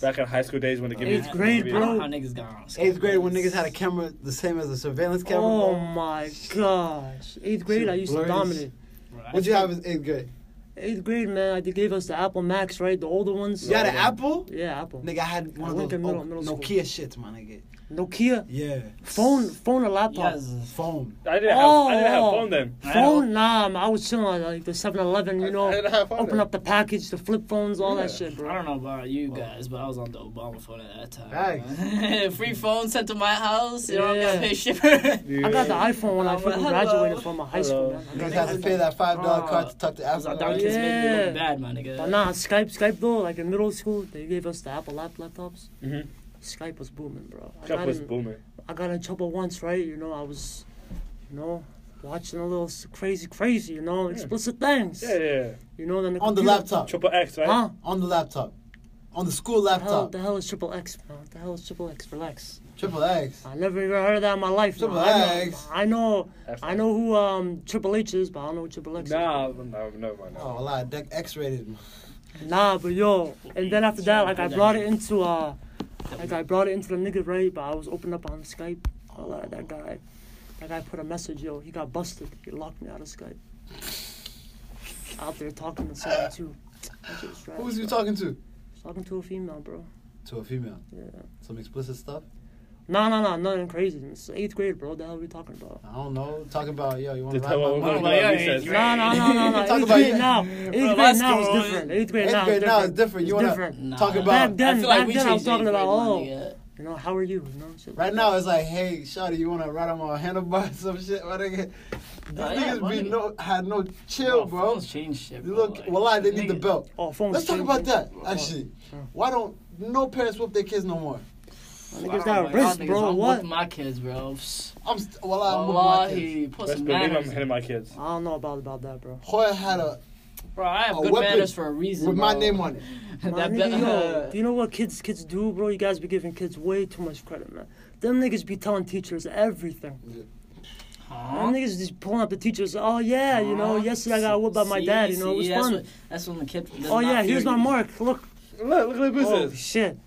Speaker 2: Back in high school days when they give
Speaker 4: Eighth
Speaker 2: me
Speaker 4: grade,
Speaker 5: I
Speaker 2: Yeah.
Speaker 5: don't know
Speaker 4: bro.
Speaker 5: How niggas got on Skype.
Speaker 1: Eighth grade when niggas had a camera the same as a surveillance camera.
Speaker 4: Oh
Speaker 1: bro.
Speaker 4: my gosh. Eighth grade, I used to
Speaker 1: Blurs.
Speaker 4: dominate.
Speaker 5: Bro, I
Speaker 1: What'd you
Speaker 5: think-
Speaker 1: have in eighth grade?
Speaker 4: Eighth grade, man, I- they gave us the Apple Max, right? The older ones.
Speaker 1: You had an Apple?
Speaker 4: Yeah, Apple.
Speaker 1: Nigga, I had one
Speaker 4: I
Speaker 1: of
Speaker 4: went
Speaker 1: those
Speaker 4: to middle-
Speaker 1: old
Speaker 4: middle school.
Speaker 1: Nokia shits, my nigga.
Speaker 4: Nokia.
Speaker 1: Yeah.
Speaker 4: Phone, phone or laptop?
Speaker 5: Yes.
Speaker 1: Phone.
Speaker 2: I didn't
Speaker 4: Oh.
Speaker 2: have. I didn't have phone then.
Speaker 4: Phone? Nah, man, I was chilling at like the 7-Eleven, you
Speaker 2: I
Speaker 4: know.
Speaker 2: didn't have phone
Speaker 4: Open
Speaker 2: then.
Speaker 4: up the package, the flip phones, all that
Speaker 2: Yeah.
Speaker 4: shit,
Speaker 5: I
Speaker 4: bro.
Speaker 5: don't know about you guys, but I was on the Obama phone at that time.
Speaker 1: Facts.
Speaker 5: man. Free phone sent to my house. You know, I
Speaker 4: Yeah.
Speaker 5: gotta pay shipper.
Speaker 2: Yeah.
Speaker 4: I got the iPhone when I
Speaker 5: Oh,
Speaker 4: fucking
Speaker 5: hello.
Speaker 4: graduated from my high school,
Speaker 2: Hello.
Speaker 4: man. I
Speaker 1: You
Speaker 4: got
Speaker 1: guys
Speaker 4: the
Speaker 1: had to
Speaker 4: iPhone.
Speaker 1: pay that $5 card to talk to
Speaker 5: I was
Speaker 1: Apple.
Speaker 5: like, that
Speaker 4: Yeah.
Speaker 5: just made me look bad, my nigga.
Speaker 4: But nah, Skype, Skype though, like in middle school, they gave us the Apple lap laptops.
Speaker 2: Mhm.
Speaker 4: Skype was booming, bro. I
Speaker 2: That
Speaker 4: got
Speaker 2: was
Speaker 4: in-
Speaker 2: booming.
Speaker 4: I got in trouble once, right? You know, I was, you know, watching a little s- crazy, crazy, you know, explicit things.
Speaker 2: Yeah, yeah.
Speaker 4: You know, then the
Speaker 1: On the
Speaker 4: computer-
Speaker 2: yeah.
Speaker 1: laptop.
Speaker 2: Triple X, right?
Speaker 4: Huh?
Speaker 1: On the laptop. On the school
Speaker 4: The hell,
Speaker 1: laptop.
Speaker 4: the hell is triple X, man? What the hell is triple X? Relax.
Speaker 1: Triple X.
Speaker 4: I never even heard of that in my life. man.
Speaker 1: Triple
Speaker 4: I know-
Speaker 1: X.
Speaker 4: I know,
Speaker 2: That's
Speaker 4: I know who um Triple H is, but I don't know who Triple X.
Speaker 2: Nah, no, never mind.
Speaker 1: Oh,
Speaker 2: No.
Speaker 1: a lot. Deck X rated.
Speaker 4: Is. Nah, but yo, and then after that, like I brought it into uh, like I brought it into the nigga right, but I was opened up on Skype. All that, that guy, that guy put a message. Yo, he got busted. He locked me out of Skype. Out there talking to someone too. That shit was trash,
Speaker 1: Who was you
Speaker 4: bro.
Speaker 1: talking to?
Speaker 4: Talking to a female, bro.
Speaker 1: To a female.
Speaker 4: Yeah.
Speaker 1: Some explicit stuff?
Speaker 4: No, no, no, nothing crazy. It's eighth grade, bro. The hell are we talking about?
Speaker 1: I don't know. Talking about, yo, you want
Speaker 2: Just
Speaker 1: to
Speaker 2: tell what
Speaker 1: ride my
Speaker 2: we're going
Speaker 1: money?
Speaker 2: to
Speaker 5: Well, yeah,
Speaker 2: recess.
Speaker 5: yeah.
Speaker 4: No, no, no, no, no.
Speaker 1: Talk
Speaker 4: Eighth
Speaker 1: about
Speaker 4: grade
Speaker 1: it.
Speaker 4: now. Eighth
Speaker 5: Bro,
Speaker 4: grade
Speaker 5: my
Speaker 4: now is
Speaker 5: school-
Speaker 4: different. Eighth grade
Speaker 1: Eighth
Speaker 4: now
Speaker 1: grade
Speaker 4: is
Speaker 1: now is
Speaker 4: different.
Speaker 1: different. You
Speaker 4: It's
Speaker 1: want to
Speaker 4: different.
Speaker 1: talk
Speaker 5: Nah.
Speaker 1: about.
Speaker 4: Back then,
Speaker 5: I feel like
Speaker 4: back
Speaker 5: we
Speaker 4: then I was
Speaker 5: changed
Speaker 4: talking
Speaker 5: eighth
Speaker 4: about,
Speaker 5: grade, my
Speaker 4: oh,
Speaker 5: nigga.
Speaker 4: you know, how are you? You know, shit
Speaker 1: Right
Speaker 4: like
Speaker 1: now, it's like, hey, Shotty, you want to ride on my handlebar or some shit? My nigga. These
Speaker 5: Oh, yeah,
Speaker 1: niggas be
Speaker 5: money.
Speaker 1: no, had no chill, bro.
Speaker 5: Phones change shit.
Speaker 1: You
Speaker 5: Bro.
Speaker 1: look,
Speaker 5: like,
Speaker 1: well, I, they need the
Speaker 5: niggas-
Speaker 1: belt.
Speaker 4: that. Oh, phone.
Speaker 1: Let's talk about that, actually.
Speaker 4: Yeah.
Speaker 1: Why don't no parents whip their kids no more?
Speaker 4: Niggas
Speaker 5: Wow,
Speaker 4: got
Speaker 5: like,
Speaker 4: wrist,
Speaker 5: y'all niggas
Speaker 4: bro.
Speaker 5: don't
Speaker 4: What?
Speaker 5: whoop my kids, bro. Psst.
Speaker 1: I'm st- well, I'm with my kids.
Speaker 5: Wallahi, put
Speaker 2: Best
Speaker 5: some
Speaker 2: believe I'm
Speaker 5: manners.
Speaker 2: hitting my kids.
Speaker 4: I don't know about about that, bro.
Speaker 1: Hoya had a
Speaker 5: Bro, I have
Speaker 1: a
Speaker 5: good
Speaker 1: weapon
Speaker 5: manners for a reason.
Speaker 1: with my
Speaker 5: bro.
Speaker 1: name on it.
Speaker 4: My
Speaker 5: That
Speaker 4: nigga,
Speaker 5: be-
Speaker 4: yo, do you know what kids kids do, bro? You guys be giving kids way too much credit, man. Them niggas be telling teachers everything. Them
Speaker 5: Huh?
Speaker 4: niggas just pulling up the teachers. Oh yeah, you know,
Speaker 5: Huh?
Speaker 4: yesterday I got whipped by my
Speaker 5: See,
Speaker 4: dad. You know, it was
Speaker 5: see, that's
Speaker 4: fun.
Speaker 5: what- That's when the kid. does
Speaker 4: oh
Speaker 5: not
Speaker 4: yeah,
Speaker 5: fear
Speaker 4: here's my
Speaker 5: you.
Speaker 4: mark. Look,
Speaker 2: Look, look at
Speaker 4: oh
Speaker 2: business.
Speaker 4: shit.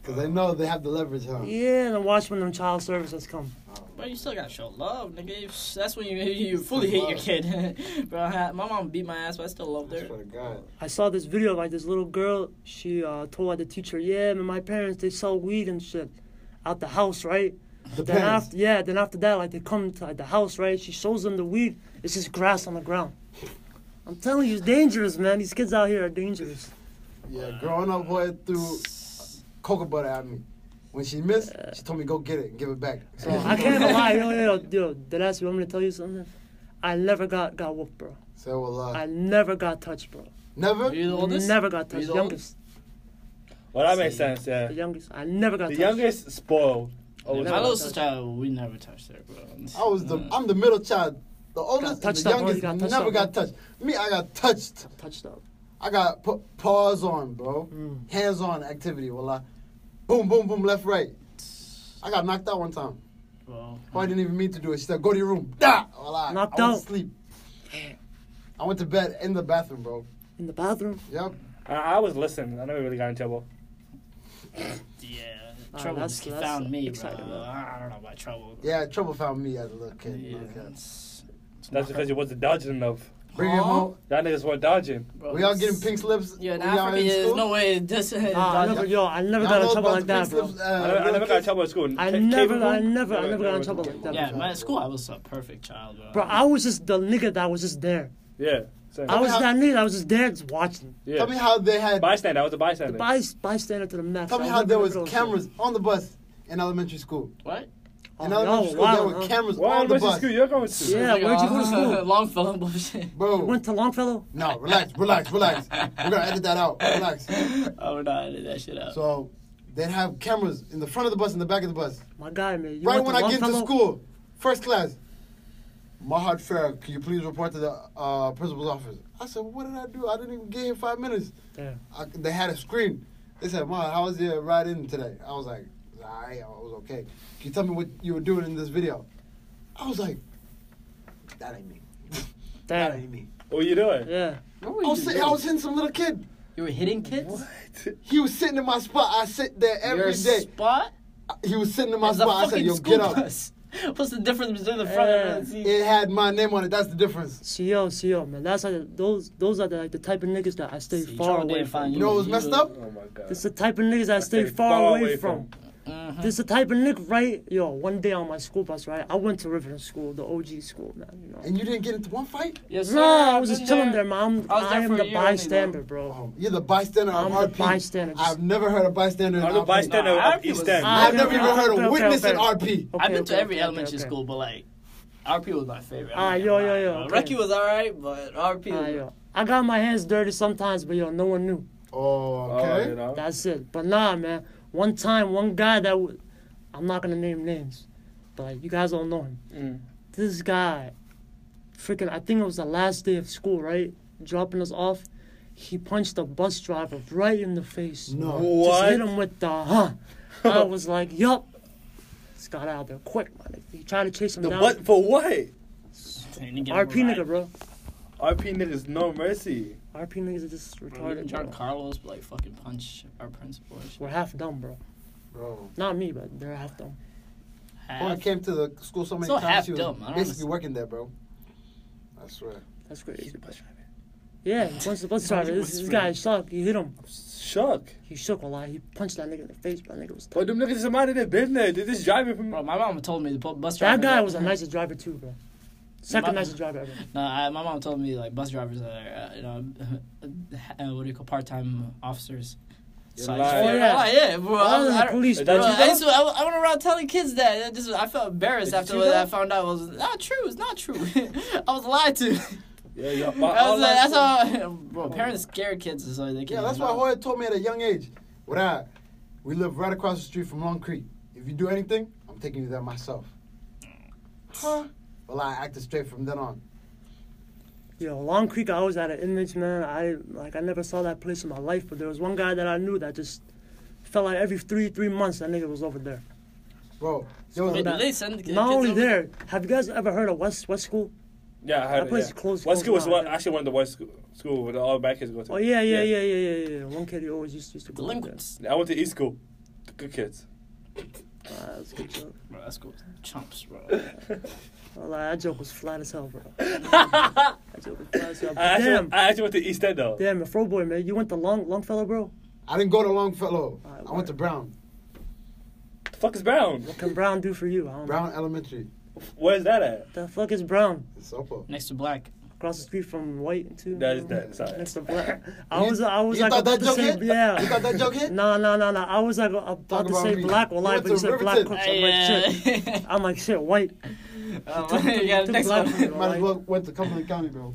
Speaker 1: Because they know they have the leverage, huh?
Speaker 4: Yeah, and watch when them child services come.
Speaker 5: But you still gotta show love, nigga. You- That's when you you fully hate your kid, bro. I- My mom beat my ass, but I still loved
Speaker 1: I
Speaker 5: her.
Speaker 1: swear to God.
Speaker 4: I saw this video of like this little girl. She uh, told the teacher, "Yeah, man, my parents they sell weed and shit out the house, right?"
Speaker 1: The
Speaker 4: Then
Speaker 1: parents.
Speaker 4: after, yeah, then after that, like they come to like, the house, right? She shows them the weed. It's just grass on the ground. I'm telling you, it's dangerous, man. These kids out here are dangerous.
Speaker 1: Yeah, growing up, boy, threw cocoa butter at me. When she missed, she told me go get it and give it back. So
Speaker 4: Bro, I can't even lie, yo, yo, yo, yo. Last, you want me to tell you something? I never got got whooped, bro.
Speaker 1: So well, uh,
Speaker 4: I never got touched, bro.
Speaker 1: never.
Speaker 5: Are you the oldest?
Speaker 4: Never got
Speaker 5: Are you
Speaker 4: touched.
Speaker 5: the
Speaker 4: Youngest,
Speaker 2: Oh, Well, that makes sense. Yeah.
Speaker 4: the youngest. I never got
Speaker 2: The
Speaker 4: touched.
Speaker 2: youngest spoiled. Oh,
Speaker 5: My
Speaker 4: Never
Speaker 5: little
Speaker 4: touched.
Speaker 5: sister, we never touched her, bro.
Speaker 1: I was the
Speaker 5: Mm.
Speaker 1: I'm the middle child, the oldest, and
Speaker 4: touched
Speaker 1: the
Speaker 4: up, bro. You
Speaker 1: youngest.
Speaker 4: got touched
Speaker 1: never
Speaker 4: up,
Speaker 1: got
Speaker 4: bro.
Speaker 1: touched. Me, I got touched.
Speaker 4: touched up.
Speaker 1: I got put paws on, bro.
Speaker 4: Mm.
Speaker 1: Hands on activity. Well, I, boom, boom, boom, left, right. I got knocked out one time.
Speaker 5: Bro.
Speaker 1: Oh, I didn't even mean to do it. She said, "Go to your room." Da. Well, I,
Speaker 4: Knocked
Speaker 1: I went
Speaker 4: out.
Speaker 1: to sleep. I went to bed in the bathroom, bro.
Speaker 4: In the bathroom.
Speaker 1: Yep.
Speaker 2: I, I was listening. I never really got in trouble.
Speaker 5: Yeah,
Speaker 4: Ah,
Speaker 5: trouble
Speaker 4: that's-
Speaker 5: k-
Speaker 4: that's
Speaker 5: found me, bro.
Speaker 4: exciting, though.
Speaker 5: I don't know about trouble.
Speaker 1: Yeah, trouble found me as a little kid.
Speaker 5: Yeah,
Speaker 1: Okay.
Speaker 5: it's- it's
Speaker 2: That's
Speaker 5: my-
Speaker 2: because you wasn't dodging enough.
Speaker 1: Bring it
Speaker 5: Huh?
Speaker 1: home.
Speaker 2: Y'all niggas weren't dodging.
Speaker 5: bro,
Speaker 1: We all
Speaker 5: it's-
Speaker 1: getting pink slips.
Speaker 5: Yeah, in
Speaker 1: We all
Speaker 5: Africa,
Speaker 1: in
Speaker 5: there's
Speaker 1: school?
Speaker 5: no way. This,
Speaker 4: Nah, Ah, I never, yo, I never got
Speaker 1: Y'all
Speaker 4: in
Speaker 1: know
Speaker 4: trouble
Speaker 1: about
Speaker 4: like
Speaker 1: the
Speaker 4: that,
Speaker 1: pink
Speaker 4: bro.
Speaker 1: slips, uh,
Speaker 2: I never, I
Speaker 1: little
Speaker 2: never got in
Speaker 1: kids?
Speaker 2: trouble at school.
Speaker 4: I
Speaker 2: Ca-
Speaker 4: never,
Speaker 2: cable
Speaker 4: I
Speaker 2: room?
Speaker 4: never, I never got in trouble like that.
Speaker 5: yeah,
Speaker 1: bro.
Speaker 5: man, at school I was a perfect child, bro.
Speaker 4: Bro, I was just the nigga that was just there.
Speaker 2: Yeah, same.
Speaker 4: I was
Speaker 1: how-
Speaker 4: that nigga that was just there, just watching.
Speaker 2: yeah.
Speaker 1: Tell me how they had.
Speaker 2: bystander. I was a bystander.
Speaker 4: The bys- bystander to the max.
Speaker 1: Tell me
Speaker 4: I
Speaker 1: how there
Speaker 4: never
Speaker 1: was
Speaker 4: got in trouble.
Speaker 1: cameras on the bus in elementary school.
Speaker 5: What?
Speaker 1: In
Speaker 4: Oh,
Speaker 1: elementary
Speaker 4: yo,
Speaker 1: school,
Speaker 4: wow,
Speaker 1: there were
Speaker 4: huh?
Speaker 1: cameras
Speaker 2: What
Speaker 1: on the
Speaker 2: elementary
Speaker 1: bus.
Speaker 2: school you're going to?
Speaker 4: Yeah, where'd you go to school?
Speaker 5: Longfellow Oh, bullshit.
Speaker 1: Bro,
Speaker 4: Went to Longfellow.
Speaker 1: no, relax, relax, relax. We're gonna edit that out. Relax.
Speaker 5: Oh no, I did that shit up.
Speaker 1: So they'd have cameras in the front of the bus, in the back of the bus.
Speaker 4: My guy, man. You
Speaker 1: right
Speaker 4: went
Speaker 1: when
Speaker 4: to
Speaker 1: I get into
Speaker 4: Longfellow?
Speaker 1: school, first class. Mahad Farah, can you please report to the uh, principal's office? I said, what did I do? I didn't even get here five minutes.
Speaker 4: Yeah.
Speaker 1: I, they had a screen. They said, Mahad, how was your ride in today? I was like, all right, I was okay. Can you tell me what you were doing in this video? I was like, that ain't me. That
Speaker 4: Damn.
Speaker 1: ain't me.
Speaker 2: What you doing?
Speaker 4: Yeah.
Speaker 5: What
Speaker 1: I
Speaker 5: were
Speaker 1: was,
Speaker 5: you
Speaker 1: sit-
Speaker 5: doing?
Speaker 1: I was hitting some little kid.
Speaker 5: You were hitting kids.
Speaker 1: He was sitting in my spot. I sit there
Speaker 5: Your
Speaker 1: every day.
Speaker 5: spot
Speaker 1: He was sitting in my
Speaker 5: is a
Speaker 1: spot. I said,
Speaker 5: fucking
Speaker 1: yo,
Speaker 5: school
Speaker 1: get up.
Speaker 5: bus. What's the difference between the front
Speaker 4: Yeah.
Speaker 5: and the seat?
Speaker 1: It had my name on it. That's the difference.
Speaker 4: CO, CO, E man. That's how those those are the, like, the type of niggas that I stay
Speaker 5: See,
Speaker 4: far
Speaker 5: trouble
Speaker 4: away
Speaker 5: didn't find
Speaker 4: from.
Speaker 1: You know what was
Speaker 5: You-
Speaker 1: messed up?
Speaker 2: Oh my god.
Speaker 4: This is the type of niggas I stay far away from.
Speaker 5: Mhm.
Speaker 4: This the type of nigga, right? Yo, one day on my school bus, right? I went to Riverton School, the OG school, man. You know.
Speaker 1: And you didn't get into one fight?
Speaker 5: Yes, sir,
Speaker 4: No, I was
Speaker 5: I've
Speaker 4: just
Speaker 5: been
Speaker 4: chilling there, man. I'm,
Speaker 5: I was there
Speaker 4: I am
Speaker 5: for a
Speaker 4: the
Speaker 5: year only,
Speaker 4: bystander, bro.
Speaker 1: Oh, you're the bystander or
Speaker 4: I'm the
Speaker 1: RP.
Speaker 4: bystander, just-
Speaker 1: I've never heard a bystander. in
Speaker 2: I'm the
Speaker 1: RP.
Speaker 2: bystander
Speaker 5: Nah,
Speaker 2: of
Speaker 5: I
Speaker 2: East
Speaker 5: was-
Speaker 2: End.
Speaker 4: Ah,
Speaker 1: I've
Speaker 4: okay,
Speaker 1: never
Speaker 4: okay,
Speaker 1: even heard
Speaker 4: okay,
Speaker 1: a
Speaker 4: okay,
Speaker 1: witness in
Speaker 4: okay.
Speaker 1: RP.
Speaker 4: Okay,
Speaker 5: I've been to
Speaker 4: okay,
Speaker 5: every
Speaker 4: okay, okay,
Speaker 5: elementary
Speaker 4: okay.
Speaker 5: school, but like RP was my favorite.
Speaker 4: Ah,
Speaker 5: I'm not
Speaker 4: yo,
Speaker 5: gonna
Speaker 4: yo,
Speaker 5: lie,
Speaker 4: yo,
Speaker 5: bro.
Speaker 4: okay.
Speaker 5: Reki was alright, but RP.
Speaker 4: Ah,
Speaker 5: was-
Speaker 4: yo. I got my hands dirty sometimes, but yo, no one knew.
Speaker 1: Oh,
Speaker 2: Oh, you
Speaker 1: okay.
Speaker 2: know.
Speaker 4: That's it. But nah, man. One time, one guy that w- I'm not gonna name names, but like, you guys all know him.
Speaker 2: Mm.
Speaker 4: This guy, freaking, I think it was the last day of school, right? Dropping us off, he punched the bus driver right in the face.
Speaker 1: no.
Speaker 4: Just hit
Speaker 2: What?
Speaker 4: him with the huh. I was like, yup. Just got out of there quick, man. He tried to chase him
Speaker 2: The
Speaker 4: down.
Speaker 2: what for what?
Speaker 5: Didn't get him
Speaker 4: RP
Speaker 5: right.
Speaker 4: nigga, bro.
Speaker 2: RP niggas no mercy.
Speaker 4: RP niggas are just
Speaker 5: Bro, even
Speaker 4: retarded.
Speaker 5: John
Speaker 4: Bro.
Speaker 5: Carlos like fucking punch our principal. and shit.
Speaker 4: We're half dumb, bro.
Speaker 1: Bro.
Speaker 4: Not me, but they're half dumb.
Speaker 1: When I
Speaker 5: Half-
Speaker 1: came to the school so many
Speaker 5: So half
Speaker 1: times, she was
Speaker 5: dumb. I don't
Speaker 1: basically
Speaker 5: understand.
Speaker 1: working there, bro. I swear.
Speaker 4: That's crazy. bro. Yeah, he punched the bus driver.
Speaker 5: He
Speaker 4: This,
Speaker 5: was
Speaker 4: this guy shook. He hit him.
Speaker 2: Shock.
Speaker 4: He shook a lot. He punched that nigga in the face. But that nigga was.
Speaker 2: But them niggas is minding their business. They just driving from.
Speaker 5: Bro, my mom told me the bu- bus driver.
Speaker 4: That guy was the nicest driver too, bro. Second
Speaker 5: My-
Speaker 4: nicest driver ever.
Speaker 5: No, I, my mom told me like bus drivers are uh, you know uh, what do you call part time officers.
Speaker 2: You're
Speaker 5: I- yeah,
Speaker 2: lying.
Speaker 4: Oh, yeah.
Speaker 5: I lied, yeah, bro. I,
Speaker 4: Oh,
Speaker 5: was,
Speaker 4: the
Speaker 5: I, don't-
Speaker 4: police,
Speaker 2: Is
Speaker 5: bro,
Speaker 2: that you,
Speaker 5: I,
Speaker 2: though?
Speaker 5: used to, I, I went around telling kids that. I just I felt embarrassed
Speaker 2: Did you
Speaker 5: after
Speaker 2: do
Speaker 5: what I
Speaker 2: that?
Speaker 5: found out was not true. It's not true. I was lied to.
Speaker 2: Yeah, yeah.
Speaker 5: I was like, that's how. Bro, parents scare kids so they can't.
Speaker 1: Yeah, that's
Speaker 5: even
Speaker 1: why
Speaker 5: know.
Speaker 1: Hoya told me at a young age. What I, we live right across the street from Long Creek. If you do anything, I'm taking you there myself. Huh? Well, I acted straight from then on.
Speaker 4: Yo, Long Creek, I was at an image, man. I like I never saw that place in my life, but there was one guy that I knew that just felt like every three three months that nigga was over there.
Speaker 1: Bro, there was
Speaker 4: Wait,
Speaker 1: a-
Speaker 4: that-
Speaker 5: Did they send the
Speaker 4: Not
Speaker 5: kids
Speaker 4: only
Speaker 5: over?
Speaker 4: there, have you guys ever heard of West West School?
Speaker 2: Yeah, I heard
Speaker 4: That
Speaker 2: it,
Speaker 4: place
Speaker 2: yeah.
Speaker 4: is closed-
Speaker 2: One
Speaker 4: closed
Speaker 2: school was
Speaker 4: now,
Speaker 2: one,
Speaker 4: yeah.
Speaker 2: actually one of the worst school, school where all black kids go to.
Speaker 4: Oh yeah, yeah, yeah, yeah, yeah, yeah. One kid he always used, used to go. over there.
Speaker 5: Delinquents.
Speaker 2: I went to East School. The good kids.
Speaker 4: Ah, that's a good joke.
Speaker 5: Bro, that's cool. Chumps, bro.
Speaker 4: Well, that joke was flat as hell, bro. that joke was flat as hell.
Speaker 2: I actually,
Speaker 4: Oh, Damn,
Speaker 2: I actually went to East End though.
Speaker 4: damn, if Fro Boy, man, you went to Long Longfellow, bro.
Speaker 1: I didn't go to Longfellow.
Speaker 4: Alright,
Speaker 1: I went
Speaker 4: word.
Speaker 1: to Brown.
Speaker 2: The fuck is Brown?
Speaker 4: What can Brown do for you? I don't know.
Speaker 1: Brown Elementary.
Speaker 2: Where's that at?
Speaker 4: The fuck is Brown?
Speaker 1: It's Sopo.
Speaker 5: Next to black.
Speaker 4: Across the street from White too.
Speaker 2: That is that. Sorry.
Speaker 4: Next to Black. I
Speaker 1: You-
Speaker 4: was, I was
Speaker 1: you
Speaker 4: like
Speaker 1: thought that
Speaker 4: about to
Speaker 1: joke
Speaker 4: say,
Speaker 1: hit?
Speaker 4: yeah.
Speaker 1: You got that joke hit?
Speaker 4: No, no, no, no. I was like about
Speaker 1: Talk
Speaker 4: to
Speaker 1: about
Speaker 4: say
Speaker 1: me.
Speaker 4: black or
Speaker 1: You went
Speaker 4: life, but you
Speaker 1: to
Speaker 4: said black.
Speaker 1: Riverton.
Speaker 4: Crooks. I'm like shit. I'm like shit. White.
Speaker 5: Oh, yeah,
Speaker 4: Took
Speaker 5: next
Speaker 4: black
Speaker 5: one.
Speaker 4: people,
Speaker 1: Might as
Speaker 4: like-
Speaker 1: well went to Cumberland County, bro.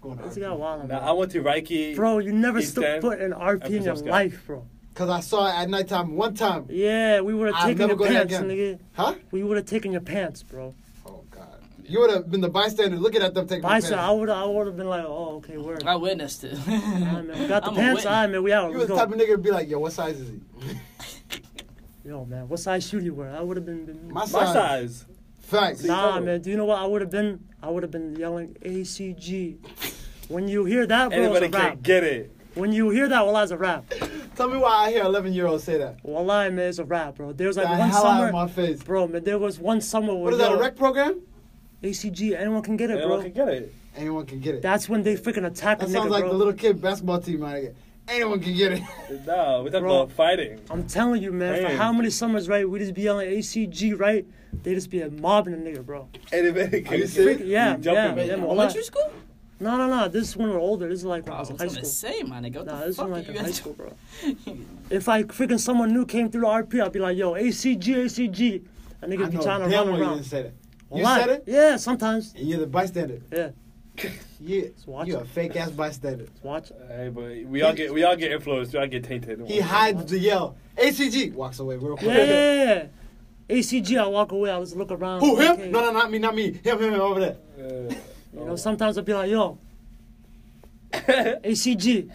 Speaker 1: Going
Speaker 4: This
Speaker 1: to
Speaker 4: guy wild,
Speaker 2: Now, I
Speaker 4: bro.
Speaker 2: went to Reiki.
Speaker 4: Bro, you never
Speaker 2: East
Speaker 4: stood
Speaker 2: End.
Speaker 4: foot in RP in your
Speaker 2: Episode Sky.
Speaker 4: life, bro.
Speaker 1: Because I saw it at nighttime one time.
Speaker 4: Yeah, we would have
Speaker 1: I'll
Speaker 4: taken
Speaker 1: never
Speaker 4: your
Speaker 1: go there
Speaker 4: pants,
Speaker 1: again.
Speaker 4: nigga.
Speaker 1: Huh?
Speaker 4: We would have taken your pants, bro.
Speaker 1: Oh, God. You would have been the bystander looking at them taking
Speaker 4: But I
Speaker 1: my
Speaker 4: said I
Speaker 1: pants.
Speaker 4: would, I would have been like, oh, okay, word.
Speaker 5: I witnessed it.
Speaker 4: Alright, man, we got the
Speaker 5: I'm a
Speaker 4: pants.
Speaker 5: witness.
Speaker 4: All right, man, we out.
Speaker 1: You
Speaker 4: Let's
Speaker 1: was the
Speaker 4: go.
Speaker 1: type of nigga to be like, yo, what size is he?
Speaker 4: Yo, man, what size shoe you wear? I would have been. been
Speaker 1: My
Speaker 2: My
Speaker 1: size.
Speaker 2: size.
Speaker 1: Facts.
Speaker 4: nah,
Speaker 2: photo.
Speaker 4: man. Do you know what I would have been? I would have been yelling ACG. When you hear that, bro, it's
Speaker 2: Anybody
Speaker 4: a
Speaker 2: can
Speaker 4: rap.
Speaker 2: get it.
Speaker 4: When you hear that, wallah, it's a rap.
Speaker 1: Tell me why I hear 11 year olds say that.
Speaker 4: Wallah, man, it's a rap, bro. There was
Speaker 1: The
Speaker 4: like one
Speaker 1: hell out of
Speaker 4: summer,
Speaker 1: my face.
Speaker 4: bro, man. There was one summer where
Speaker 1: What is that, a
Speaker 4: yo,
Speaker 1: rec program?
Speaker 4: ACG, anyone can get it,
Speaker 2: Anyone
Speaker 4: bro.
Speaker 2: can get it.
Speaker 1: Anyone can get it. That,
Speaker 4: That's when they freaking attack a
Speaker 1: sounds
Speaker 4: nigga,
Speaker 1: like
Speaker 4: bro.
Speaker 1: the little kid basketball team out here. Anyone can get it.
Speaker 2: No, we're talking
Speaker 4: Bro.
Speaker 2: about fighting.
Speaker 4: I'm telling you, man. For
Speaker 2: Man.
Speaker 4: how many summers, right? We just be yelling ACG, right? They just be mobbing a nigga, bro.
Speaker 2: Anybody
Speaker 1: Are
Speaker 2: can
Speaker 1: you
Speaker 2: get it.
Speaker 1: serious?
Speaker 4: Freak, yeah,
Speaker 2: You
Speaker 4: yeah,
Speaker 2: jumping
Speaker 4: yeah.
Speaker 2: me.
Speaker 4: man, wallah.
Speaker 5: Elementary school?
Speaker 4: No, no, no. This is when we're older. This is like when
Speaker 5: I
Speaker 4: I
Speaker 5: was
Speaker 4: was in high
Speaker 5: going to
Speaker 4: school.
Speaker 5: say, man. What the
Speaker 4: Nah, this is
Speaker 5: fuck
Speaker 4: when, like
Speaker 5: are
Speaker 4: in
Speaker 5: you
Speaker 4: high
Speaker 5: guys
Speaker 4: school, bro. if like freaking someone new came through the RP, I'd be like, yo, ACG, ACG. And
Speaker 1: I
Speaker 4: niggas be
Speaker 1: know
Speaker 4: trying to
Speaker 1: damn well
Speaker 4: run
Speaker 1: you didn't
Speaker 4: around.
Speaker 1: say that. You
Speaker 4: Why?
Speaker 1: said it,
Speaker 4: Yeah, sometimes.
Speaker 1: and you're the bystander.
Speaker 4: Yeah,
Speaker 1: Yeah,
Speaker 4: watch
Speaker 1: you're
Speaker 4: it.
Speaker 1: a fake ass bystander.
Speaker 4: watch.
Speaker 2: Hey, but we all get we all get influenced. We all get tainted.
Speaker 1: He hides the yell. ACG walks away real quick.
Speaker 4: Yeah, yeah, yeah. ACG, I walk away. I just look around.
Speaker 1: Who him?
Speaker 4: okay.
Speaker 1: No, no, not me, not me. Him, him, him over there.
Speaker 2: Uh,
Speaker 4: You know, sometimes I'd be like, yo, ACG.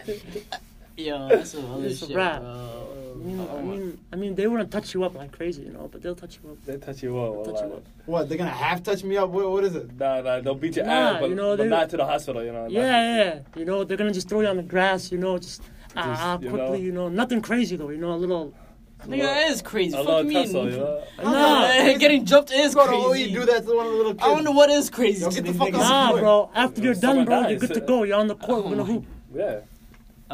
Speaker 5: Yo, that's some other
Speaker 4: It's a
Speaker 5: shit,
Speaker 4: rap.
Speaker 5: bro.
Speaker 4: I mean,
Speaker 2: Oh
Speaker 4: I mean, I mean, they wouldn't touch you up like crazy, you know, but they'll touch you up.
Speaker 2: they touch you up.
Speaker 4: Touch you
Speaker 2: wallah.
Speaker 4: up.
Speaker 1: What? They're gonna half touch me up? What, what is it?
Speaker 2: Nah, nah, they'll beat your
Speaker 4: Nah,
Speaker 2: ass, but,
Speaker 4: you know,
Speaker 2: but
Speaker 4: they-
Speaker 2: not to the hospital. You know. not-
Speaker 4: Yeah, yeah. You know, they're gonna just throw you on the grass, you know, just ah, ah,
Speaker 2: you
Speaker 4: quickly,
Speaker 2: know.
Speaker 4: you know, nothing crazy though, you know, a little.
Speaker 5: Nigga, that is crazy.
Speaker 2: A
Speaker 5: Fuck you
Speaker 2: little tussle.
Speaker 5: mean?
Speaker 2: You know.
Speaker 4: Nah,
Speaker 1: crazy.
Speaker 5: Getting jumped is
Speaker 1: Let's go to OE,
Speaker 5: crazy.
Speaker 1: do that to one of the little kids.
Speaker 5: I wonder what is crazy.
Speaker 1: Yo,
Speaker 5: to
Speaker 1: get the
Speaker 5: these
Speaker 1: fuck
Speaker 5: niggas.
Speaker 1: out.
Speaker 4: nah,
Speaker 1: Swear.
Speaker 4: ah, bro. After you're done,
Speaker 2: Someone
Speaker 4: bro, you're
Speaker 2: dies. uh,
Speaker 4: good to go. You're on the court. We're gonna hoop.
Speaker 2: Yeah.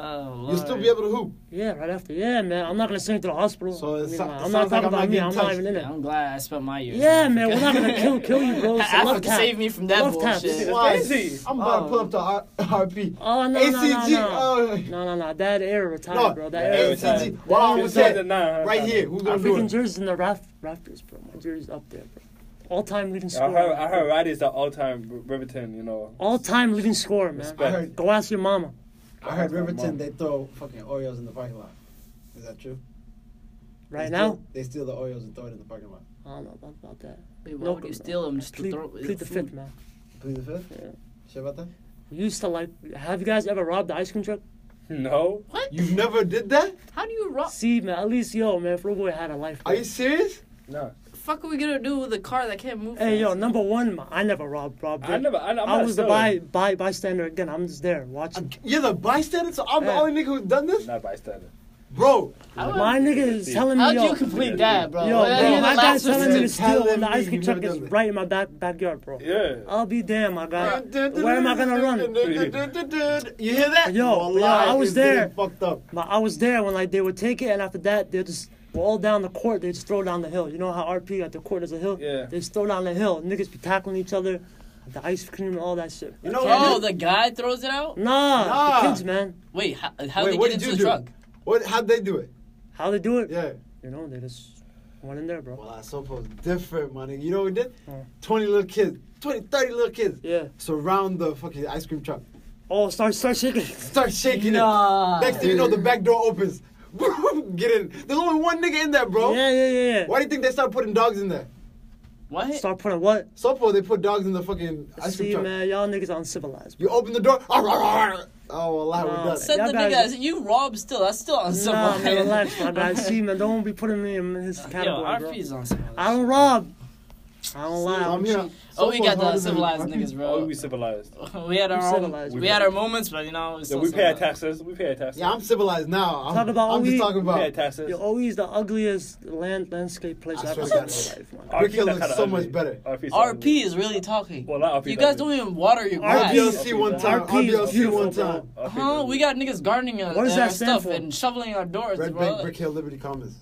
Speaker 5: Oh,
Speaker 1: You'll still be able to hoop.
Speaker 4: Yeah, right after. Yeah, man. I'm not gonna send you to the hospital.
Speaker 1: So it
Speaker 4: I mean,
Speaker 1: so-
Speaker 4: I'm
Speaker 1: sounds
Speaker 4: not
Speaker 1: like I'm
Speaker 4: talking
Speaker 1: not
Speaker 4: about me.
Speaker 1: getting
Speaker 4: I'm
Speaker 1: touched.
Speaker 4: not even in it.
Speaker 5: Yeah, I'm glad I spent my years.
Speaker 4: Yeah, man. We're not gonna kill kill you, bro. It's a love
Speaker 5: Africa
Speaker 4: tap.
Speaker 5: saved me from that
Speaker 4: Love tap.
Speaker 5: bullshit.
Speaker 2: It's
Speaker 1: Why?
Speaker 2: crazy.
Speaker 1: I'm about
Speaker 5: Oh.
Speaker 1: to pull up to R- RP.
Speaker 4: Oh no, no, no,
Speaker 1: ACG.
Speaker 4: no.
Speaker 1: uh,
Speaker 4: No, no, no. That era retired,
Speaker 1: No,
Speaker 4: bro. That
Speaker 2: that
Speaker 4: era
Speaker 2: era
Speaker 4: retired.
Speaker 1: ACG.
Speaker 2: time.
Speaker 1: What I
Speaker 4: That
Speaker 1: was
Speaker 4: era-
Speaker 1: saying. Right here. Who's
Speaker 4: My
Speaker 1: gonna do
Speaker 4: freaking
Speaker 1: it?
Speaker 4: jersey's in the raft, rafters, bro. My jersey's up there, bro. All time leading
Speaker 2: I
Speaker 4: scorer.
Speaker 2: heard I heard Roddy's the all time Riverton. You know.
Speaker 4: All time leading scorer, man.
Speaker 1: I heard,
Speaker 4: Go ask your mama.
Speaker 1: I heard Riverton, they throw fucking Oreos in the parking lot. Is that true?
Speaker 4: Right
Speaker 1: They
Speaker 4: now,
Speaker 1: steal- they steal the Oreos and throw it in the parking lot.
Speaker 4: I don't know about- about that.
Speaker 5: Wait, why
Speaker 4: No,
Speaker 5: would you
Speaker 4: bro.
Speaker 5: steal them just
Speaker 4: Plead,
Speaker 5: to throw
Speaker 4: plead the fifth, man.
Speaker 1: Please the fifth?
Speaker 4: Yeah.
Speaker 1: Shit about that?
Speaker 4: We used to like. Have you guys ever robbed the ice cream truck?
Speaker 2: No.
Speaker 5: What?
Speaker 1: You never did that?
Speaker 5: How do you rob?
Speaker 4: See, man. At least yo, man. Froboy had a life.
Speaker 1: Are
Speaker 4: bro.
Speaker 1: you serious?
Speaker 2: No.
Speaker 5: Fuck, are we gonna do with a car that can't move?
Speaker 4: Hey, yo.
Speaker 5: fast?
Speaker 4: Number one, man, I never robbed. Robbed.
Speaker 2: I
Speaker 4: it.
Speaker 2: never. I, I'm
Speaker 4: I
Speaker 2: not
Speaker 4: was the by,
Speaker 2: stealing.
Speaker 4: by bystander again. I'm just there watching.
Speaker 1: You're the bystander, so I'm the
Speaker 4: Yeah.
Speaker 1: only nigga who's done this?
Speaker 2: Not bystander.
Speaker 1: Bro,
Speaker 5: How-
Speaker 4: My nigga is telling me
Speaker 5: How'd
Speaker 4: yo.
Speaker 5: you complete that, bro?
Speaker 4: Yo,
Speaker 5: Well,
Speaker 4: bro,
Speaker 5: you're the
Speaker 4: my
Speaker 5: last
Speaker 4: guy's
Speaker 5: one
Speaker 4: telling me to
Speaker 5: to-
Speaker 4: steal when
Speaker 1: Telling
Speaker 4: the
Speaker 1: me
Speaker 4: ice cream
Speaker 1: you
Speaker 4: truck
Speaker 1: never
Speaker 4: is
Speaker 1: done that.
Speaker 4: right in my back backyard, bro.
Speaker 2: Yeah.
Speaker 4: I'll be damn, my guy. Where am I gonna run?
Speaker 1: You hear that?
Speaker 4: Yo,
Speaker 1: Wallahi,
Speaker 4: yo, I was
Speaker 1: it's getting
Speaker 4: there.
Speaker 1: Fucked up.
Speaker 4: My, I was there when like they would take it, and after that they just were all down the court. They just throw down the hill. You know how RP at the court is a hill.
Speaker 2: Yeah.
Speaker 4: They just throw down the hill. Niggas be tackling each other, the ice cream and all that shit.
Speaker 1: You know
Speaker 5: Oh,
Speaker 1: what?
Speaker 5: the guy throws it out.
Speaker 4: Nah,
Speaker 1: Nah.
Speaker 4: the kids, man.
Speaker 5: Wait, how how
Speaker 1: Wait,
Speaker 5: they
Speaker 1: what
Speaker 5: get into
Speaker 1: did you
Speaker 5: the
Speaker 1: do?
Speaker 5: truck?
Speaker 1: What? How'd they do it?
Speaker 4: How they do it?
Speaker 1: Yeah.
Speaker 4: You know they just went in there, bro.
Speaker 1: Well, I suppose different, my nigga. You know what we did?
Speaker 4: Huh.
Speaker 1: 20 little kids, 20, 30 little kids
Speaker 4: Yeah.
Speaker 1: surround the fucking ice cream truck.
Speaker 4: Oh, start start shaking.
Speaker 1: Start shaking
Speaker 5: Nah.
Speaker 1: it. Next thing you know, the back door opens. Get in. There's only one nigga in there, bro.
Speaker 4: Yeah, yeah, yeah, yeah.
Speaker 1: Why do you think they start putting dogs in there?
Speaker 5: What?
Speaker 4: Start putting what?
Speaker 1: Suppo, they put dogs in the fucking ice
Speaker 4: See,
Speaker 1: cream truck.
Speaker 4: man, y'all niggas are uncivilized.
Speaker 1: You open the door. "Arr, arr, arr." Oh, Allah,
Speaker 4: No.
Speaker 1: we're done.
Speaker 4: Say-
Speaker 5: Send
Speaker 4: Y'all
Speaker 5: the
Speaker 4: guys-
Speaker 5: nigga. as- You rob still. That's still on
Speaker 4: Nah,
Speaker 5: someone.
Speaker 4: man, relax, my guy. See, man, don't be putting me in his
Speaker 5: Yo,
Speaker 4: category,
Speaker 5: our
Speaker 4: bro.
Speaker 5: fees on someone.
Speaker 4: I don't rob. I don't lie.
Speaker 1: I'm
Speaker 4: I'm
Speaker 1: here.
Speaker 4: cheap.
Speaker 5: Oh, we
Speaker 1: Suppo's
Speaker 5: got the
Speaker 1: harder than-
Speaker 5: civilized niggas,
Speaker 2: Oh,
Speaker 5: bro.
Speaker 2: we civilized.
Speaker 5: We had
Speaker 4: I'm
Speaker 5: our own.
Speaker 4: civilized,
Speaker 5: We
Speaker 2: bro.
Speaker 5: had our moments, but you know. it's
Speaker 2: Yeah,
Speaker 5: still
Speaker 2: we pay our
Speaker 5: civilized.
Speaker 2: taxes. We pay our taxes.
Speaker 1: Yeah, I'm civilized now. I'm,
Speaker 4: Talk about
Speaker 1: I'm just
Speaker 4: weed.
Speaker 1: talking
Speaker 2: we pay our
Speaker 1: about.
Speaker 2: taxes.
Speaker 4: Yo, OE is the ugliest land landscape place
Speaker 1: I
Speaker 4: I've
Speaker 1: swear
Speaker 4: ever
Speaker 1: to
Speaker 4: seen in
Speaker 1: God.
Speaker 4: my life, man.
Speaker 2: Our fees
Speaker 1: Brickhill
Speaker 2: are
Speaker 1: is
Speaker 2: kinda
Speaker 1: so much
Speaker 2: ugly.
Speaker 1: better.
Speaker 2: Our fees are ugly.
Speaker 5: RP is really talking.
Speaker 2: Well, not RP.
Speaker 5: You
Speaker 2: is
Speaker 5: guys
Speaker 2: ugly.
Speaker 5: don't even water your grass.
Speaker 1: RBLC one time.
Speaker 4: RP is
Speaker 1: RBLC one
Speaker 4: beautiful, bro.
Speaker 1: time.
Speaker 2: Our fees are
Speaker 5: Huh?
Speaker 2: ugly.
Speaker 5: We got niggas gardening uh,
Speaker 4: What does
Speaker 5: uh,
Speaker 4: that stand
Speaker 5: stuff
Speaker 4: for?
Speaker 5: and shoveling our doors,
Speaker 1: Red
Speaker 5: bro.
Speaker 1: Bank, Brick Hill, Liberty Commons.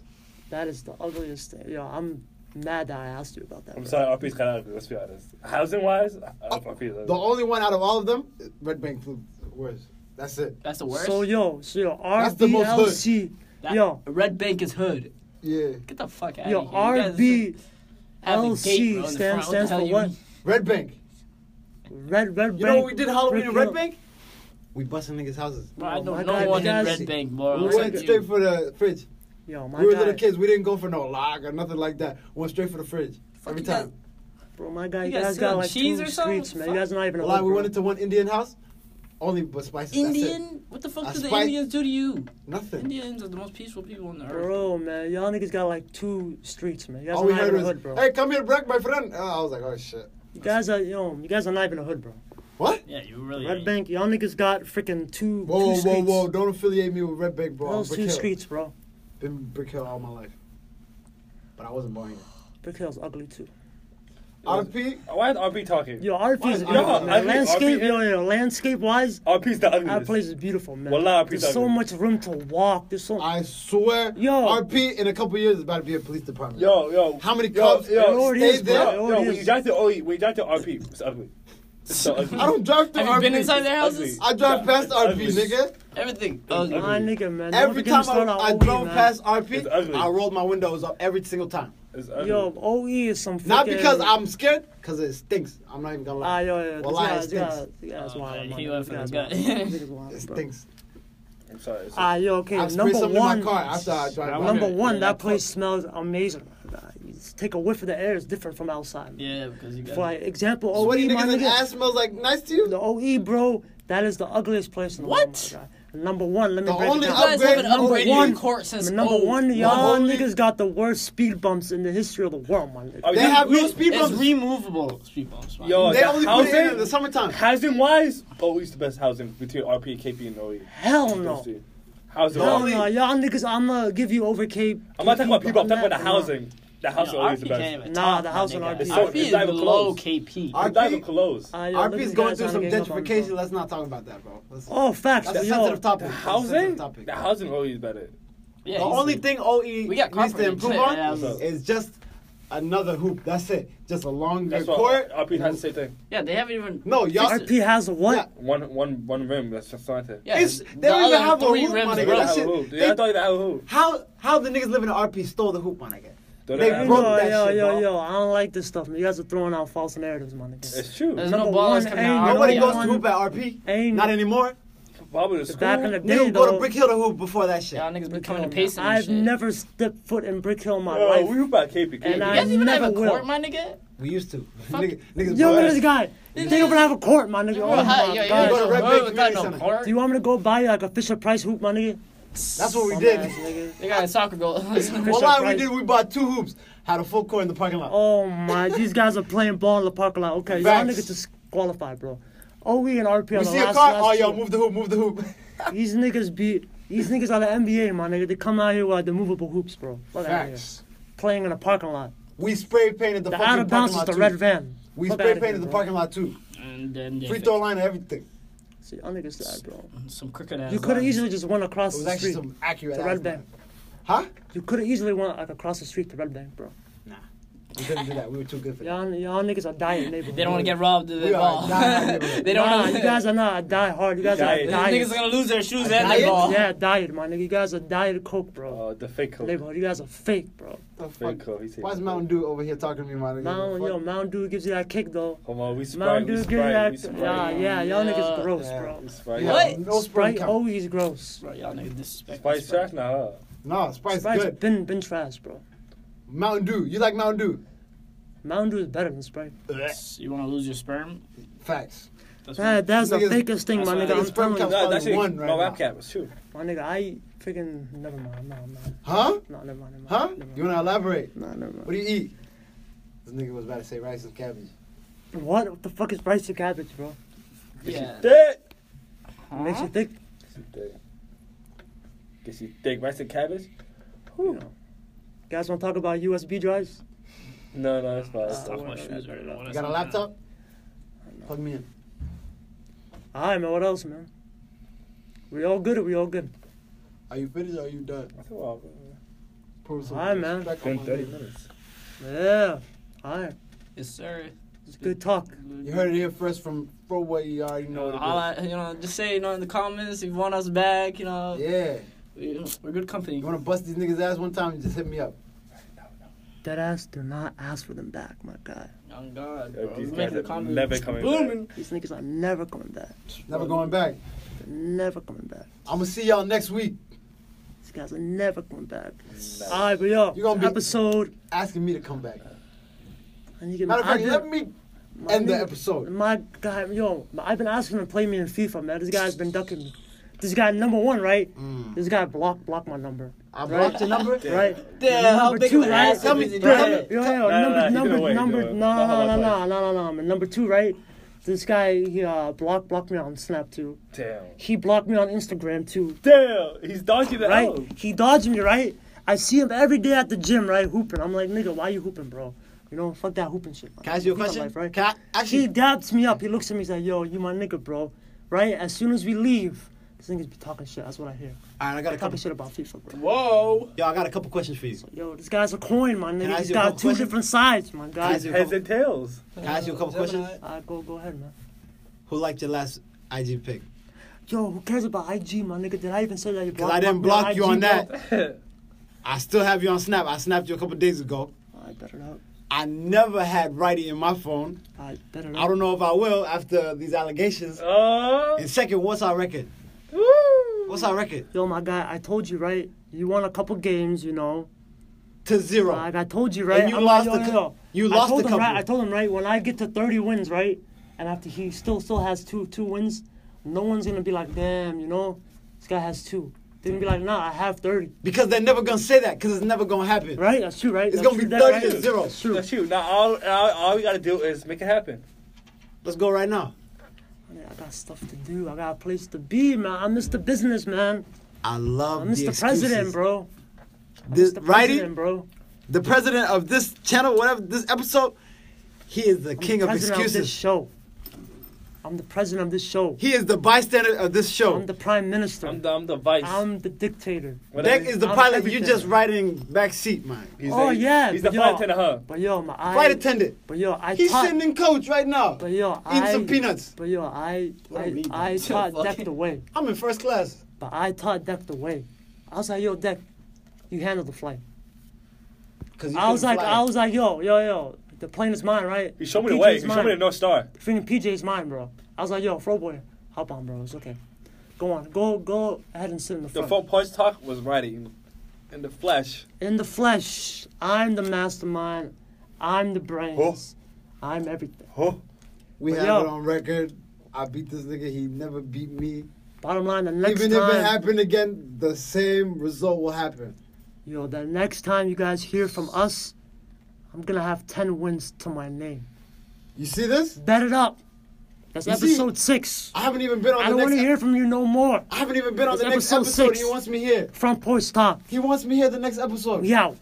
Speaker 4: That is the ugliest thing. Yo, I'm mad that I asked you about that.
Speaker 2: I'm
Speaker 4: bro.
Speaker 2: sorry, RP is kind of ugly. Let's be honest. Housing wise, RP is ugly.
Speaker 1: The only one out of all of them, Red Bank flew worse. That's it.
Speaker 5: That's the worst.
Speaker 4: So yo, so yo,
Speaker 1: That's the most hood.
Speaker 4: RBLC,
Speaker 5: That-
Speaker 4: yo.
Speaker 5: Red Bank is hood.
Speaker 1: Yeah.
Speaker 5: Get the fuck out
Speaker 4: yo,
Speaker 5: of here. You guys
Speaker 4: RBLC
Speaker 5: have a gate, bro, in the front.
Speaker 4: stands
Speaker 5: the
Speaker 4: stands
Speaker 5: hell
Speaker 4: for
Speaker 5: you
Speaker 4: what?
Speaker 5: mean?
Speaker 1: Red Bank.
Speaker 4: Red Red Bank.
Speaker 1: You know what we did Halloween in
Speaker 4: Brick
Speaker 1: Red
Speaker 4: Hill.
Speaker 1: Bank? We busted niggas' houses.
Speaker 5: Bro, I
Speaker 4: Oh my
Speaker 5: don't
Speaker 4: God,
Speaker 5: know one
Speaker 4: you
Speaker 5: in
Speaker 4: guys-
Speaker 5: Red Bank, bro.
Speaker 1: we
Speaker 5: Looks
Speaker 1: went
Speaker 5: like
Speaker 1: straight
Speaker 5: you.
Speaker 1: for the fridge.
Speaker 4: Yo, my
Speaker 1: we were
Speaker 4: guy,
Speaker 1: little kids. We didn't go for no lock or nothing like that. Went straight for the fridge every
Speaker 5: you
Speaker 1: time.
Speaker 4: bro, my guy,
Speaker 5: You
Speaker 4: you
Speaker 5: guys
Speaker 4: guys
Speaker 5: sit on
Speaker 4: got like
Speaker 5: cheese
Speaker 4: two
Speaker 5: or something?
Speaker 4: streets, man. You guys not even.
Speaker 1: Well,
Speaker 4: hood,
Speaker 1: we
Speaker 4: bro.
Speaker 1: went into one Indian house, only with spices. That's it.
Speaker 5: Indian? What the
Speaker 1: I
Speaker 5: fuck do the
Speaker 1: spy-
Speaker 5: Indians do to you?
Speaker 1: Nothing.
Speaker 5: Indians are the most peaceful people on the earth.
Speaker 4: Bro, man, y'all niggas got like two streets, man. You guys
Speaker 1: All
Speaker 4: are
Speaker 1: we
Speaker 4: not
Speaker 1: heard
Speaker 4: even a
Speaker 1: was,
Speaker 4: hood, bro.
Speaker 1: "Hey, come here, Breck, my friend." Oh, I was like, "Oh shit."
Speaker 4: You guys are, yo, you guys are not even a hood, bro.
Speaker 1: What?
Speaker 5: Yeah, you really.
Speaker 4: Red Bank, y'all niggas got freaking two,
Speaker 1: Whoa,
Speaker 4: two
Speaker 1: whoa,
Speaker 4: streets.
Speaker 1: whoa! Don't affiliate me with Red Bank, bro. I'm
Speaker 4: Those
Speaker 1: Brick
Speaker 4: two
Speaker 1: Hill.
Speaker 4: streets, bro.
Speaker 1: Been Brick Hill all my life, but I wasn't born here.
Speaker 4: Brick Hill's ugly too.
Speaker 1: RP,
Speaker 2: Why is RP talking?
Speaker 4: Yo, RP is
Speaker 1: Yo,
Speaker 4: beautiful,
Speaker 2: I
Speaker 4: man.
Speaker 2: think
Speaker 4: Landscape,
Speaker 2: RP
Speaker 4: yo, yo, landscape wise,
Speaker 2: RP is Oh, the
Speaker 4: our
Speaker 2: ugliest.
Speaker 4: place is beautiful, man.
Speaker 2: Wallah, RP is
Speaker 4: There's so
Speaker 2: ugly.
Speaker 4: much room to walk. There's so.
Speaker 1: I swear,
Speaker 4: Yo.
Speaker 1: RP in a couple years is about to be a police department.
Speaker 2: Yo, yo.
Speaker 1: How many
Speaker 2: yo,
Speaker 1: cops
Speaker 2: Yo,
Speaker 4: It already
Speaker 1: stayed
Speaker 4: is, bro.
Speaker 1: there?
Speaker 4: It
Speaker 2: yo,
Speaker 4: already
Speaker 2: yo, when
Speaker 4: is.
Speaker 2: you drive to OE, when you drive to RP, it's ugly. It's so ugly.
Speaker 1: I don't drive through
Speaker 5: Have
Speaker 1: RP.
Speaker 5: you been inside their
Speaker 2: Ugly.
Speaker 5: houses?
Speaker 1: I drive
Speaker 2: Yeah,
Speaker 1: past
Speaker 2: it's
Speaker 1: RP,
Speaker 2: ugly.
Speaker 1: nigga.
Speaker 5: Everything. ugly.
Speaker 4: My nigga, man. don't
Speaker 1: Every
Speaker 4: get me
Speaker 1: time
Speaker 4: started
Speaker 1: I,
Speaker 4: on
Speaker 1: I
Speaker 4: OE,
Speaker 1: drove
Speaker 4: man.
Speaker 1: past
Speaker 2: It's
Speaker 1: RP,
Speaker 2: ugly.
Speaker 1: I rolled my windows up every single time.
Speaker 2: It's ugly.
Speaker 4: Yo, OE is some.
Speaker 1: Not
Speaker 4: freaking-
Speaker 1: because I'm scared, because it stinks. I'm not even gonna
Speaker 4: Ah,
Speaker 1: lie.
Speaker 4: yo,
Speaker 1: Wallah,
Speaker 4: yo,
Speaker 1: it
Speaker 4: this guy, this
Speaker 1: stinks.
Speaker 4: guy, this guy's
Speaker 5: Oh,
Speaker 4: wild.
Speaker 5: man,
Speaker 4: man.
Speaker 5: he went
Speaker 4: This
Speaker 5: for the
Speaker 4: guy's
Speaker 5: gut.
Speaker 4: wild. This guy's wild,
Speaker 1: It
Speaker 4: bro.
Speaker 1: stinks.
Speaker 2: I'm sorry. It's
Speaker 4: Ah, yo, okay.
Speaker 1: I've sprayed
Speaker 4: number
Speaker 1: something
Speaker 4: one.
Speaker 1: in my car after I drive.
Speaker 2: Number
Speaker 1: by.
Speaker 4: Number
Speaker 2: Okay,
Speaker 4: one,
Speaker 5: yeah,
Speaker 4: that
Speaker 5: that
Speaker 4: place smells amazing. Uh, you just Take a whiff of the air; it's different from outside.
Speaker 5: Yeah, because you guys.
Speaker 4: For like, example,
Speaker 1: So
Speaker 4: OE,
Speaker 1: what do you
Speaker 4: my
Speaker 1: niggas an
Speaker 4: nigga,
Speaker 1: ass smells like nice to you?
Speaker 4: the OE, bro, that is the ugliest place in the
Speaker 5: What?
Speaker 4: world. my guy. Number one, let me
Speaker 1: The
Speaker 4: break
Speaker 1: only
Speaker 4: it
Speaker 5: You
Speaker 4: down.
Speaker 5: guys haven't
Speaker 1: Number
Speaker 5: upgraded
Speaker 4: one-
Speaker 5: your court since.
Speaker 4: Number
Speaker 2: E.
Speaker 5: oh,
Speaker 4: one, y'all
Speaker 1: only-
Speaker 4: niggas got the worst speed bumps in the history of the world, my nigga.
Speaker 2: Oh,
Speaker 1: They
Speaker 2: you-
Speaker 1: have no
Speaker 2: you-
Speaker 1: speed
Speaker 5: It's
Speaker 1: bumps.
Speaker 5: removable. Speed bumps. man.
Speaker 2: Yo,
Speaker 1: They
Speaker 2: the
Speaker 1: only put it in
Speaker 2: housing-
Speaker 1: in the summertime.
Speaker 2: Housing wise, always the best housing between RP, KP, and OE.
Speaker 4: Hell no.
Speaker 2: Housing
Speaker 4: Hell
Speaker 1: only-
Speaker 2: wise.
Speaker 4: no, y'all niggas, I'ma give you over Cape.
Speaker 2: I'm not talking about people, I'm talking about the
Speaker 4: Nah.
Speaker 2: housing. The housing
Speaker 5: No,
Speaker 2: always the
Speaker 5: RP can't
Speaker 2: best.
Speaker 5: even
Speaker 4: Nah,
Speaker 5: top
Speaker 4: the
Speaker 5: that
Speaker 4: house on
Speaker 5: nigga.
Speaker 4: RP.
Speaker 2: It's so-
Speaker 5: RP
Speaker 2: it's
Speaker 5: is
Speaker 2: not even
Speaker 5: low
Speaker 2: close.
Speaker 5: KP.
Speaker 1: I-
Speaker 2: The guys are close.
Speaker 4: Ah, yo, look,
Speaker 1: RP's
Speaker 4: you
Speaker 1: going
Speaker 4: guys
Speaker 1: through
Speaker 4: tryna
Speaker 1: some
Speaker 4: gang up on me, bro.
Speaker 1: gentrification. Let's not talk about that, bro. Let's,
Speaker 4: Oh, facts.
Speaker 1: that's a
Speaker 4: yo.
Speaker 1: sensitive topic.
Speaker 2: The
Speaker 1: That's a
Speaker 2: housing?
Speaker 1: sensitive topic.
Speaker 2: The housing always better.
Speaker 5: Yeah,
Speaker 1: the
Speaker 5: he's-
Speaker 1: only thing OE needs
Speaker 5: got
Speaker 1: to
Speaker 5: carpeting.
Speaker 1: improve
Speaker 5: Yeah,
Speaker 1: on
Speaker 5: yeah,
Speaker 2: yeah.
Speaker 1: is just another hoop. That's it. Just a longer
Speaker 2: That's
Speaker 1: court.
Speaker 2: what RP has the same thing.
Speaker 5: Yeah, they haven't even.
Speaker 1: No, y'all.
Speaker 4: RP has a what?
Speaker 2: One, one, one rim. That's just not it.
Speaker 5: Yeah,
Speaker 1: It's-
Speaker 5: the
Speaker 1: they don't even
Speaker 5: other
Speaker 1: have a
Speaker 5: three
Speaker 1: roof, my
Speaker 5: rims
Speaker 1: nigga.
Speaker 2: They
Speaker 5: are-
Speaker 2: don't
Speaker 1: That
Speaker 2: have
Speaker 1: shit-
Speaker 2: a hoop. They,
Speaker 1: they-
Speaker 2: I thought they had a hoop.
Speaker 1: How how the niggas living in RP stole the hoop, my nigga.
Speaker 2: Don't
Speaker 1: They
Speaker 2: have a
Speaker 1: broke
Speaker 2: hoop.
Speaker 4: yo,
Speaker 1: that
Speaker 4: yo,
Speaker 1: shit,
Speaker 4: yo,
Speaker 1: bro.
Speaker 4: yo, I don't like this stuff. man. You guys are throwing out false narratives, my nigga.
Speaker 2: It's true.
Speaker 5: There's
Speaker 4: Number
Speaker 5: no ballers
Speaker 4: one,
Speaker 5: coming
Speaker 4: ain't
Speaker 5: out.
Speaker 1: Nobody
Speaker 5: Yeah.
Speaker 1: goes to hoop at RP.
Speaker 4: Ain't
Speaker 1: Not anymore.
Speaker 2: Bobby the
Speaker 4: back in the
Speaker 2: school.
Speaker 4: day,
Speaker 1: Niggas go
Speaker 4: though,
Speaker 1: to Brick Hill to hoop before that shit.
Speaker 5: Y'all niggas be
Speaker 4: Brick
Speaker 5: coming to
Speaker 4: Hill, man.
Speaker 5: pacing and
Speaker 4: I've
Speaker 5: shit.
Speaker 4: never stepped foot in Brick Hill in my
Speaker 2: Yo,
Speaker 4: life.
Speaker 2: we hoop at KP.
Speaker 4: And
Speaker 5: You
Speaker 4: I-
Speaker 5: guys even have a
Speaker 4: never will.
Speaker 5: court, my nigga?
Speaker 1: We used to. Nigga, niggas
Speaker 4: Yo, look
Speaker 1: broke.
Speaker 4: at this guy. Think I'm gonna have a court, my nigga.
Speaker 5: Yo,
Speaker 4: Oh,
Speaker 5: hi-
Speaker 4: my
Speaker 5: yo, yo,
Speaker 4: God.
Speaker 1: Go to
Speaker 5: yo,
Speaker 1: Red
Speaker 5: yo,
Speaker 1: Bank
Speaker 5: we got no
Speaker 1: Community Center.
Speaker 5: court.
Speaker 4: Do you want me to go buy you like a Fisher Price hoop, my nigga?
Speaker 1: That's what we
Speaker 4: Bum
Speaker 1: did.
Speaker 4: ass nigga.
Speaker 5: They got a soccer goal.
Speaker 1: Well,
Speaker 4: Fisher
Speaker 1: lie, we
Speaker 4: Price.
Speaker 1: did. We bought two hoops. Had a full court in the parking lot.
Speaker 4: Oh my, these guys are playing ball in the parking lot. Okay, y'all
Speaker 1: Facts.
Speaker 4: niggas disqualified, bro. OE and RP on
Speaker 1: we
Speaker 4: the
Speaker 1: see
Speaker 4: last,
Speaker 1: a car.
Speaker 4: last
Speaker 1: Oh, yo,
Speaker 4: two.
Speaker 1: move the hoop, move the hoop.
Speaker 4: These niggas be these niggas are the NBA, my nigga. They come out here with the movable hoops, bro. Fuck outta here.
Speaker 1: Facts.
Speaker 4: Playing in a parking lot.
Speaker 1: We spray painted the,
Speaker 4: The out
Speaker 1: fucking
Speaker 4: of
Speaker 1: parking
Speaker 4: bounds is
Speaker 1: lot
Speaker 4: the
Speaker 1: too.
Speaker 4: red van.
Speaker 1: We
Speaker 4: Fuck
Speaker 1: spray
Speaker 4: outta here,
Speaker 1: painted the
Speaker 4: bro.
Speaker 1: parking lot too.
Speaker 5: And then they
Speaker 1: Free
Speaker 5: fix-
Speaker 1: throw line and everything.
Speaker 4: See, y'all niggas died, bro.
Speaker 5: Some crooked ass.
Speaker 4: You could have
Speaker 5: lines.
Speaker 4: easily just went
Speaker 1: It
Speaker 4: across
Speaker 1: was
Speaker 4: the
Speaker 1: actually
Speaker 4: street.
Speaker 1: some accurate.
Speaker 4: The
Speaker 1: ass
Speaker 4: Red Bank.
Speaker 1: line. Huh?
Speaker 4: You could have easily went like across the street to Red Bank, bro.
Speaker 1: We couldn't do that. We were too good for that.
Speaker 4: Y'all, y'all niggas are dying neighborhood.
Speaker 5: They don't want to get robbed of
Speaker 1: We
Speaker 5: the
Speaker 1: are
Speaker 5: ball.
Speaker 1: not neighborhood.
Speaker 5: They don't
Speaker 4: Nah,
Speaker 5: want
Speaker 4: you guys are not die hard. You guys
Speaker 2: Diet.
Speaker 4: are
Speaker 2: These
Speaker 5: These
Speaker 4: dying.
Speaker 5: niggas are gonna lose their shoes and
Speaker 1: diet?
Speaker 5: their ball.
Speaker 4: Yeah, diet, my nigga. You guys are diet coke, bro.
Speaker 2: Uh, the fake hoop.
Speaker 4: Neighborhood, you guys are fake, bro.
Speaker 1: The
Speaker 2: Fake
Speaker 1: fuck?
Speaker 2: hoop. He said-
Speaker 1: Why is Mountain Dew over here talking to me, my nigga?
Speaker 4: Mountain,
Speaker 1: The
Speaker 4: yo,
Speaker 1: fuck?
Speaker 4: Mountain Dew gives you that kick though.
Speaker 2: Come on, we sprite.
Speaker 4: Mountain
Speaker 2: We
Speaker 4: Dew gives you that.
Speaker 2: sprite. We
Speaker 4: Nah,
Speaker 2: sprite.
Speaker 4: yeah, y'all niggas
Speaker 5: Yeah.
Speaker 4: gross,
Speaker 1: Yeah.
Speaker 4: bro.
Speaker 2: We sprite.
Speaker 1: Yeah,
Speaker 5: What?
Speaker 1: No Sprite.
Speaker 4: Sprite
Speaker 1: count.
Speaker 4: always gross.
Speaker 5: Bro, y'all niggas disrespect.
Speaker 2: Sprite trash now, huh?
Speaker 1: No, Sprite's
Speaker 4: Sprite's
Speaker 1: good.
Speaker 4: been been trash, bro.
Speaker 1: Mountain Dew. You like Mountain Dew?
Speaker 4: Mountain Dew is better than Sprite.
Speaker 5: So you want to lose your sperm?
Speaker 1: Facts.
Speaker 5: That's
Speaker 4: That, that's the
Speaker 1: Niggas-
Speaker 4: fakest thing, my
Speaker 5: that's
Speaker 4: nigga.
Speaker 5: why-
Speaker 4: I'm telling
Speaker 1: Sprite
Speaker 4: you.
Speaker 1: counts.
Speaker 2: No, that's
Speaker 1: probably
Speaker 2: it.
Speaker 1: one
Speaker 2: my
Speaker 1: right
Speaker 2: rap
Speaker 1: now.
Speaker 2: cap was two.
Speaker 4: My nigga, I freaking. Never mind. No, no.
Speaker 1: Huh?
Speaker 4: No, never mind. Never mind
Speaker 1: Huh?
Speaker 4: Never
Speaker 1: You wanna elaborate?
Speaker 4: No, never
Speaker 1: What
Speaker 4: mind.
Speaker 1: do you eat? This nigga was about to say rice and cabbage.
Speaker 4: What? what the fuck is rice and cabbage, bro?
Speaker 5: Yeah.
Speaker 2: Thick.
Speaker 4: Makes you think.
Speaker 2: She thick. Guess you thick. Rice and cabbage?
Speaker 4: You know. Guys, want to talk about USB drives?
Speaker 2: No, no, that's fine.
Speaker 5: Let's talk about
Speaker 4: whatever.
Speaker 5: shoes right now.
Speaker 1: You got a laptop? Plug me in.
Speaker 4: All right, man. What else, man? We all good. Or we all good.
Speaker 1: Are you finished or are you done?
Speaker 2: That's a while.
Speaker 1: Pour some
Speaker 4: Alright, man.
Speaker 1: respect on
Speaker 2: Been
Speaker 1: my
Speaker 2: 30
Speaker 1: name.
Speaker 2: minutes.
Speaker 4: Yeah. All right.
Speaker 5: Yes, sir.
Speaker 4: It's good talk.
Speaker 1: You heard it here first from Pro Way. You already
Speaker 5: You
Speaker 1: know
Speaker 5: know,
Speaker 1: what it is.
Speaker 5: holla, you know, just say, you know, in the comments if you want us back, you know,
Speaker 1: Yeah.
Speaker 5: we, we're good company.
Speaker 1: You wanna bust these niggas' ass one time? Just hit me up.
Speaker 4: Dead ass, do not ask for them back, my guy.
Speaker 5: Oh, God,
Speaker 2: Yo,
Speaker 5: bro. We're
Speaker 2: these guys
Speaker 5: making the
Speaker 2: are
Speaker 5: comments
Speaker 2: never coming
Speaker 5: booming.
Speaker 4: These niggas are never coming back.
Speaker 1: Never going back.
Speaker 4: They're never coming back.
Speaker 1: I'ma see y'all next week.
Speaker 4: These guys are never coming back.
Speaker 2: Nah.
Speaker 4: All right, but yo,
Speaker 1: You gonna be-
Speaker 4: episode.
Speaker 1: Asking me to come back.
Speaker 4: And you get
Speaker 1: Matter of fact,
Speaker 4: I've been-
Speaker 1: let me
Speaker 4: my
Speaker 1: end the
Speaker 4: nigga-
Speaker 1: episode.
Speaker 4: My guy, yo, I've been asking him to play me in FIFA, man. This guy's been ducking me. This guy number one, right? This guy blocked blocked my number,
Speaker 1: Mm. I
Speaker 4: Right.
Speaker 1: blocked your number.
Speaker 4: right?
Speaker 5: Damn, how
Speaker 4: number
Speaker 5: big
Speaker 4: two,
Speaker 5: of an
Speaker 4: right?
Speaker 5: ass
Speaker 1: Tell me,
Speaker 4: Yo,
Speaker 1: tell me.
Speaker 4: yo,
Speaker 2: Nah, nah, nah,
Speaker 4: number,
Speaker 2: either
Speaker 4: number,
Speaker 2: way,
Speaker 4: number,
Speaker 2: yo.
Speaker 4: no,
Speaker 2: Not how I
Speaker 4: no, no, no, no,
Speaker 2: play.
Speaker 4: no, no, man. Number two, right? This guy, he uh, blocked blocked me on Snap too.
Speaker 2: Damn.
Speaker 4: He blocked me on Instagram too.
Speaker 2: Damn. He's dodging the
Speaker 4: right?
Speaker 2: L.
Speaker 4: He dodged me, right? I see him every day at the gym, right? Hooping. I'm like, nigga, why you hooping, bro? You know, fuck that hooping shit. man.
Speaker 1: Can I ask you a
Speaker 4: Fuck my
Speaker 1: question?
Speaker 4: life, right?
Speaker 1: Can I
Speaker 4: He
Speaker 1: actually?
Speaker 4: dabs me up. He looks at me. He's like, yo, you my nigga, bro. Right? As soon as we leave, these niggas be talking shit. That's what I hear.
Speaker 1: Alright, I got
Speaker 4: They
Speaker 1: a
Speaker 4: talking
Speaker 1: couple.
Speaker 4: shit about FIFA, bro.
Speaker 5: Whoa.
Speaker 1: Yo, I got a couple questions for you.
Speaker 4: Yo, this guy's a coin, my
Speaker 1: Can I
Speaker 4: nigga.
Speaker 1: ask
Speaker 4: He's
Speaker 1: you a
Speaker 4: got
Speaker 1: couple
Speaker 4: two
Speaker 1: questions?
Speaker 4: different sides, my guy.
Speaker 1: ask you-
Speaker 2: Heads and tails.
Speaker 1: Can I ask you a couple
Speaker 3: Gemini.
Speaker 1: questions?
Speaker 4: Uh, go, go ahead, man.
Speaker 1: Who liked your last IG pic?
Speaker 4: Yo, who cares about IG, my nigga? Did I even say that you
Speaker 1: Because
Speaker 4: blocked
Speaker 1: I didn't
Speaker 4: me on
Speaker 1: block you
Speaker 4: IG,
Speaker 1: on
Speaker 4: bro?
Speaker 2: Uh,
Speaker 1: that. I still have you on Snap. I snapped you a couple days ago.
Speaker 4: I better not.
Speaker 1: I never had righty in my phone.
Speaker 4: I better not.
Speaker 1: I don't know if I will after these allegations.
Speaker 2: Oh.
Speaker 1: And second, what's our record?
Speaker 2: Woo.
Speaker 1: What's our record?
Speaker 4: Yo, my guy, I told you, right? You won a couple games, you know.
Speaker 1: To zero.
Speaker 4: Like I told you, right?
Speaker 1: And you
Speaker 4: I'm
Speaker 1: lost the
Speaker 4: like, yo, yo,
Speaker 1: cou-
Speaker 4: yo.
Speaker 1: you
Speaker 4: I
Speaker 1: lost
Speaker 4: told
Speaker 1: the
Speaker 4: him, right?
Speaker 1: couple.
Speaker 4: I told him, right? When I get to 30 wins, right? And after he still still has two two wins, no one's gonna be like, damn, you know, this guy has two. They're gonna be like, nah, I have 30,
Speaker 1: Because they're never gonna say that. Because it's never gonna happen.
Speaker 4: right? That's true, right?
Speaker 1: It's
Speaker 4: That's
Speaker 1: gonna be
Speaker 4: true, that-
Speaker 1: 30
Speaker 4: right?
Speaker 1: to zero.
Speaker 4: That's true.
Speaker 2: That's you. Now all, all all we gotta do is make it happen.
Speaker 1: Let's go right now.
Speaker 4: Man, I got stuff to do. I got a place to be, man. I miss the business, man.
Speaker 1: I
Speaker 4: I
Speaker 1: love
Speaker 4: miss
Speaker 1: the
Speaker 4: the,
Speaker 1: excuses.
Speaker 4: president, bro. I miss
Speaker 1: This,
Speaker 4: the
Speaker 1: righty,
Speaker 4: president, bro.
Speaker 1: the president of this channel, whatever this episode, he is the
Speaker 4: I'm
Speaker 1: king
Speaker 4: the
Speaker 1: of
Speaker 4: president Of this
Speaker 1: excuses.
Speaker 4: show. I'm the president of this show.
Speaker 1: He is the bystander of this show.
Speaker 4: I'm the prime minister.
Speaker 2: I'm the I'm the vice.
Speaker 4: I'm the dictator.
Speaker 2: Whatever
Speaker 1: Deck
Speaker 2: he-
Speaker 1: is the
Speaker 4: I'm
Speaker 1: pilot.
Speaker 4: everything.
Speaker 1: you just riding back seat, man.
Speaker 2: He's
Speaker 4: Oh,
Speaker 2: the,
Speaker 4: yeah,
Speaker 2: He's the
Speaker 4: but yo-
Speaker 2: flight attendant, huh?
Speaker 4: But yo, my I,
Speaker 1: Flight attendant.
Speaker 4: But yo, I
Speaker 1: He's
Speaker 4: taught.
Speaker 1: sitting in coach right now.
Speaker 4: but yo,
Speaker 1: Eating
Speaker 4: I,
Speaker 1: some peanuts.
Speaker 4: But yo, I
Speaker 1: What are
Speaker 4: I,
Speaker 1: we
Speaker 4: I
Speaker 1: doing?
Speaker 4: taught
Speaker 5: Fuck
Speaker 4: Deck
Speaker 5: it.
Speaker 4: the way.
Speaker 1: I'm in first class.
Speaker 4: But I taught Deck the way. I was like, yo, Deck, you handle the flight.
Speaker 1: Cause you
Speaker 4: I was
Speaker 1: couldn't
Speaker 4: like,
Speaker 1: fly.
Speaker 4: I was like, yo, yo, yo, the plane is mine, right?
Speaker 2: He showed me the
Speaker 4: PJ
Speaker 2: way. He
Speaker 4: is
Speaker 2: showed me the
Speaker 4: mine.
Speaker 2: North Star.
Speaker 4: Freaking PJ is mine, bro. I was like, yo, Fro boy, hop on, bro. It's okay. Go on, go, go ahead and sit in the
Speaker 2: The
Speaker 4: front.
Speaker 2: phone punch talk was riding in the flesh.
Speaker 4: in the flesh, I'm the mastermind. I'm the brains. I'm everything.
Speaker 2: Oh.
Speaker 1: we
Speaker 4: but
Speaker 1: have
Speaker 4: yo.
Speaker 1: it on record. I beat this nigga. He never beat me.
Speaker 4: Bottom line, the next
Speaker 1: Even
Speaker 4: time.
Speaker 1: if it happened again, the same result will happen.
Speaker 4: Yo, the next time you guys hear from us, I'm gonna have 10 wins to my name.
Speaker 1: You see this?
Speaker 4: Bet it up. That's
Speaker 1: You see-
Speaker 4: episode six.
Speaker 1: I haven't even been on
Speaker 4: I
Speaker 1: the
Speaker 4: don't wanna
Speaker 1: next.
Speaker 4: hear from you no more.
Speaker 1: I haven't even been on
Speaker 4: It's
Speaker 1: the next
Speaker 4: episode
Speaker 1: episode.
Speaker 4: six.
Speaker 1: He wants me here.
Speaker 4: Front porch stop.
Speaker 1: He wants me here the next episode.
Speaker 4: We out.